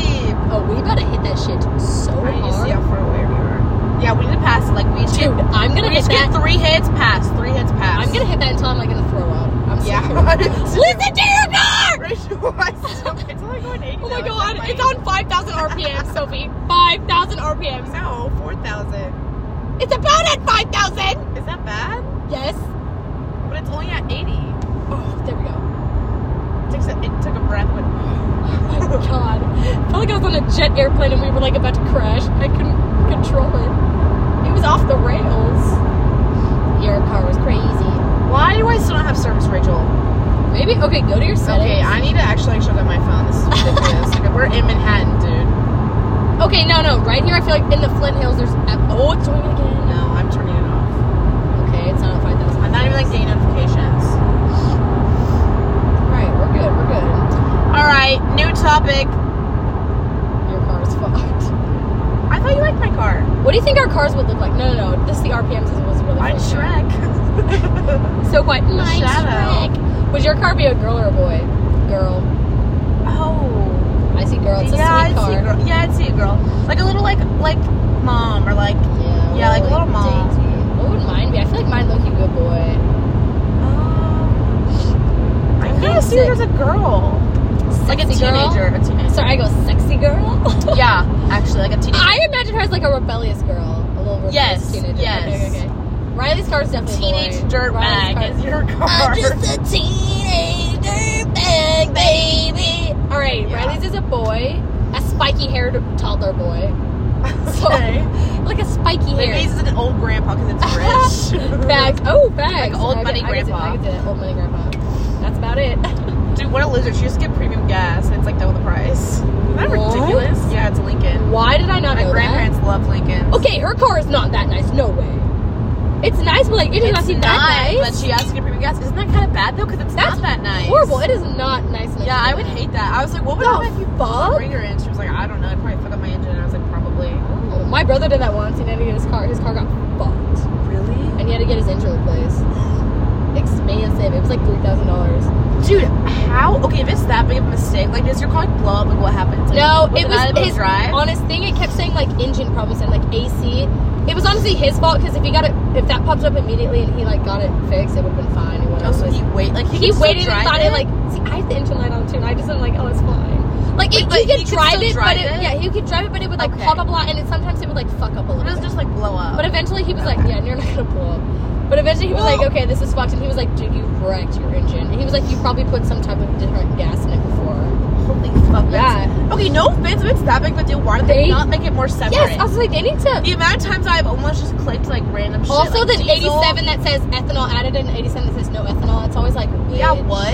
Speaker 1: Oh, we about to hit that shit so
Speaker 2: I need to
Speaker 1: hard.
Speaker 2: see how far away we are. Yeah, we need to pass. Like we should.
Speaker 1: Dude, I'm gonna
Speaker 2: We
Speaker 1: hit
Speaker 2: just get
Speaker 1: that.
Speaker 2: three hits pass. Three hits pass.
Speaker 1: I'm gonna hit that until I'm like gonna throw up. I'm so
Speaker 2: Yeah.
Speaker 1: Listen to your car!
Speaker 2: Rachel, my stomach. It's only going 80
Speaker 1: Oh my
Speaker 2: now.
Speaker 1: god,
Speaker 2: not
Speaker 1: it's
Speaker 2: funny.
Speaker 1: on 5,000 RPM, Sophie. 5,000 RPM.
Speaker 2: No, 4,000.
Speaker 1: It's about at 5,000!
Speaker 2: Is that bad?
Speaker 1: Yes.
Speaker 2: But it's only at 80.
Speaker 1: Oh, there we go.
Speaker 2: It took, a- it took a breath. When,
Speaker 1: Oh my god. I felt like I was on a jet airplane and we were like about to crash. I couldn't control it. It was off the rails. Your car was crazy.
Speaker 2: why do I still not have service, Rachel?
Speaker 1: Maybe, okay, go to your
Speaker 2: Okay,
Speaker 1: settings.
Speaker 2: I need to actually like, shut down my phone. This is ridiculous. okay, we're in Manhattan, dude.
Speaker 1: Okay, no, no. Right here, I feel like in the Flint Hills, there's. Oh, it's doing it again.
Speaker 2: No, I'm turning it off.
Speaker 1: Okay, it's not at 5,000.
Speaker 2: I'm not even like getting notifications.
Speaker 1: Right, we're good, we're good.
Speaker 2: All right, new topic.
Speaker 1: Your car's fucked.
Speaker 2: I thought you liked my car.
Speaker 1: What do you think our cars would look like? No, no, no. This the RPMs is what's really
Speaker 2: Mine
Speaker 1: funny.
Speaker 2: Shrek.
Speaker 1: So quite my
Speaker 2: shadow.
Speaker 1: Shrek. Would your car be a girl or a boy? Girl.
Speaker 2: oh.
Speaker 1: I see girl. It's a
Speaker 2: yeah,
Speaker 1: sweet
Speaker 2: I
Speaker 1: car.
Speaker 2: see a girl. Yeah, I see a girl. Like a little like like mom or like
Speaker 1: Yeah,
Speaker 2: Yeah, like a little mom.
Speaker 1: dainty. What would mine be? I feel like mine look you a boy.
Speaker 2: um I kind of see her as a girl.
Speaker 1: Sexy
Speaker 2: Like a
Speaker 1: girl?
Speaker 2: teenager. A teenager.
Speaker 1: Sorry, I go sexy girl.
Speaker 2: Yeah, actually like a teenager.
Speaker 1: I imagine her as like a rebellious girl, a little rebellious
Speaker 2: Yes,
Speaker 1: teenager.
Speaker 2: yes.
Speaker 1: Okay, okay, okay. Riley's car is definitely a
Speaker 2: Teenage
Speaker 1: boy. Riley's car-
Speaker 2: dirtbag is your car.
Speaker 6: I'm just a teenager bag, baby.
Speaker 1: All right,
Speaker 2: Yeah.
Speaker 1: Riley's is a boy, a spiky-haired toddler boy, so-
Speaker 2: okay.
Speaker 1: like a spiky
Speaker 2: Maybe
Speaker 1: hair.
Speaker 2: he's just an old grandpa because it's rich.
Speaker 1: Bags. Oh, bags.
Speaker 2: Like old
Speaker 1: I
Speaker 2: money
Speaker 1: get- I get it,
Speaker 2: grandpa.
Speaker 1: I get it. Old money grandpa. That's about it.
Speaker 2: Dude, what a loser. She just get premium gas and it's like double the price. Isn't that
Speaker 1: What?
Speaker 2: ridiculous? Yeah, it's Lincoln.
Speaker 1: Why did I not
Speaker 2: My
Speaker 1: know
Speaker 2: grandparents love Lincoln.
Speaker 1: that? Okay, her car is not that nice. No way. It's nice, but like it is not seem that nice.
Speaker 2: but she has to get premium gas. Isn't that kind of bad though? Because it's
Speaker 1: That's
Speaker 2: not that nice.
Speaker 1: Horrible. It is not nice. enough
Speaker 2: yeah,
Speaker 1: to
Speaker 2: I
Speaker 1: do
Speaker 2: would
Speaker 1: that.
Speaker 2: hate that. I was like, what would happen if you
Speaker 1: The fuck?
Speaker 2: bring her in? She was like, I don't know. I'd probably fuck up my engine. And I was like, probably.
Speaker 1: Oh, My brother did that once. He had to get his car. His car got fucked,
Speaker 2: Really?
Speaker 1: and he had to get his engine replaced. Expensive. It was like three thousand dollars.
Speaker 2: Dude, how? Okay, if it's that big of a mistake, like, does your car like, blow up? Like, what happens? Like,
Speaker 1: No,
Speaker 2: was
Speaker 1: it
Speaker 2: it
Speaker 1: was
Speaker 2: not able to
Speaker 1: his
Speaker 2: drive?
Speaker 1: on his thing. It kept saying like engine problems and like AC. It was honestly his fault because if he got it, if that popped up immediately and he like got it fixed, it would have been fine. It would've
Speaker 2: Oh, so
Speaker 1: been-
Speaker 2: he wait, like he,
Speaker 1: he
Speaker 2: can still
Speaker 1: waited and
Speaker 2: drive
Speaker 1: thought it like. See, I had the engine light on too, and I just am like, oh, it's fine. Like it,
Speaker 2: Wait, but
Speaker 1: he could
Speaker 2: he could
Speaker 1: drive
Speaker 2: still
Speaker 1: it,
Speaker 2: drive
Speaker 1: but it,
Speaker 2: it?
Speaker 1: yeah, he could drive it, but it would like
Speaker 2: Okay.
Speaker 1: pop up a lot, and it sometimes it would like fuck up a
Speaker 2: It
Speaker 1: little.
Speaker 2: does
Speaker 1: bit.
Speaker 2: just like blow up.
Speaker 1: But eventually he was like, yeah, you're not gonna blow up. But eventually he was like,
Speaker 2: Well-
Speaker 1: okay, this is fucked, and he was like, dude, you wrecked your engine. And he was like, you probably put some type of different gas in it before.
Speaker 2: holy fuck. that's- Okay, no offense, if it's that big of a deal, why did they,
Speaker 1: They-
Speaker 2: not make it more separate?
Speaker 1: Yes, I was like, they need to
Speaker 2: the amount of times I've almost just clicked like random shit.
Speaker 1: Also,
Speaker 2: like,
Speaker 1: the
Speaker 2: diesel.
Speaker 1: 87 that says ethanol added and 87 that says no ethanol. It's always like, bitch.
Speaker 2: Yeah, what?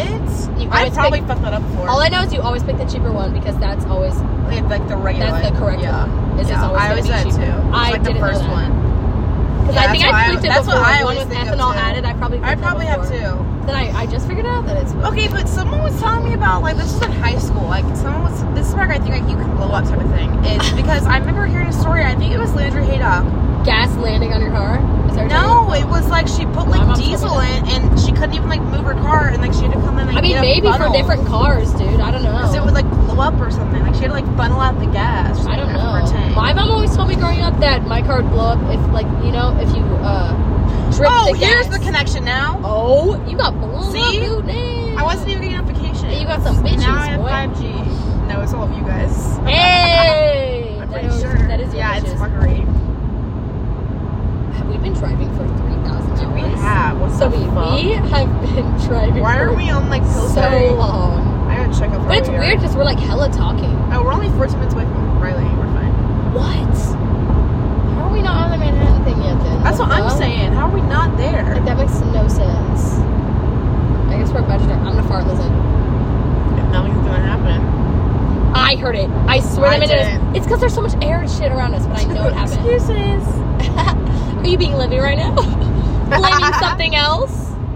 Speaker 1: You
Speaker 2: I
Speaker 1: always
Speaker 2: probably
Speaker 1: pick-
Speaker 2: fucked that up before.
Speaker 1: All I know is you always pick the cheaper one because that's always
Speaker 2: It's like the regular.
Speaker 1: that's the correct
Speaker 2: yeah.
Speaker 1: one. Is
Speaker 2: yeah, I
Speaker 1: always
Speaker 2: always do that
Speaker 1: gonna be
Speaker 2: too.
Speaker 1: cheaper.
Speaker 2: It's
Speaker 1: I
Speaker 2: like
Speaker 1: didn't
Speaker 2: the
Speaker 1: know
Speaker 2: first
Speaker 1: that.
Speaker 2: one.
Speaker 1: Because I
Speaker 2: Yeah,
Speaker 1: think
Speaker 2: that's
Speaker 1: I
Speaker 2: what I-
Speaker 1: clicked it
Speaker 2: that's what
Speaker 1: before.
Speaker 2: I
Speaker 1: one
Speaker 2: always
Speaker 1: with
Speaker 2: think of,
Speaker 1: ethanol
Speaker 2: too.
Speaker 1: added. I probably
Speaker 2: I
Speaker 1: clicked that
Speaker 2: probably have
Speaker 1: before.
Speaker 2: two.
Speaker 1: Then I, I just figured out that it's
Speaker 2: Okay, but someone was telling me about like this was in high school. Like someone was this is where I think like you can blow up type of thing. Is because I remember hearing a story. I think it was Landry Haydock.
Speaker 1: gas landing on your car. Is that what you're saying?
Speaker 2: No, it was like she put
Speaker 1: My
Speaker 2: like
Speaker 1: mom's
Speaker 2: diesel
Speaker 1: told me
Speaker 2: in, and she couldn't even like move her car, and like she had to come in. Like,
Speaker 1: I mean,
Speaker 2: get a
Speaker 1: maybe for
Speaker 2: funnel.
Speaker 1: different cars, dude. I don't know.
Speaker 2: Because it would like blow up or something. Like she had to like funnel out the gas.
Speaker 1: I don't
Speaker 2: like, out of her
Speaker 1: know.
Speaker 2: tank.
Speaker 1: My mom always told me growing up that my car would blow up if, like, you know, if you uh, drip
Speaker 2: oh,
Speaker 1: the
Speaker 2: here's
Speaker 1: gas.
Speaker 2: the connection now.
Speaker 1: Oh, you got blown
Speaker 2: See?
Speaker 1: up, dude.
Speaker 2: I wasn't even getting notifications.
Speaker 1: You got some bitches,
Speaker 2: Now I have
Speaker 1: boy.
Speaker 2: 5G. No, it's all of you guys.
Speaker 1: Hey,
Speaker 2: I'm
Speaker 1: that
Speaker 2: pretty
Speaker 1: is,
Speaker 2: sure.
Speaker 1: that is your
Speaker 2: yeah, it's
Speaker 1: bitches.
Speaker 2: fuckery.
Speaker 1: Have We've been driving for 3,000
Speaker 2: We
Speaker 1: hours.
Speaker 2: have. What
Speaker 1: So
Speaker 2: the
Speaker 1: we,
Speaker 2: fuck?
Speaker 1: we have been driving
Speaker 2: Why are
Speaker 1: for
Speaker 2: we on like
Speaker 1: so
Speaker 2: Pillsbury?
Speaker 1: long.
Speaker 2: I gotta check up.
Speaker 1: But it's weird because we're like hella talking.
Speaker 2: Oh, we're only 14 minutes away from Riley. We're fine.
Speaker 1: What? How are we not on the Manhattan thing yet then?
Speaker 2: That's
Speaker 1: The
Speaker 2: what I'm
Speaker 1: fuck?
Speaker 2: saying. How are we not there?
Speaker 1: Like, that makes no sense. I guess we're about to drive. I'm gonna fart, listen.
Speaker 2: Nothing's gonna happen.
Speaker 1: I heard it. I swear
Speaker 2: I
Speaker 1: to God,
Speaker 2: didn't.
Speaker 1: it's- It's because there's so much air and shit around us, but I know it happened.
Speaker 2: Excuses.
Speaker 1: Are you being livy right now? Blaming something else?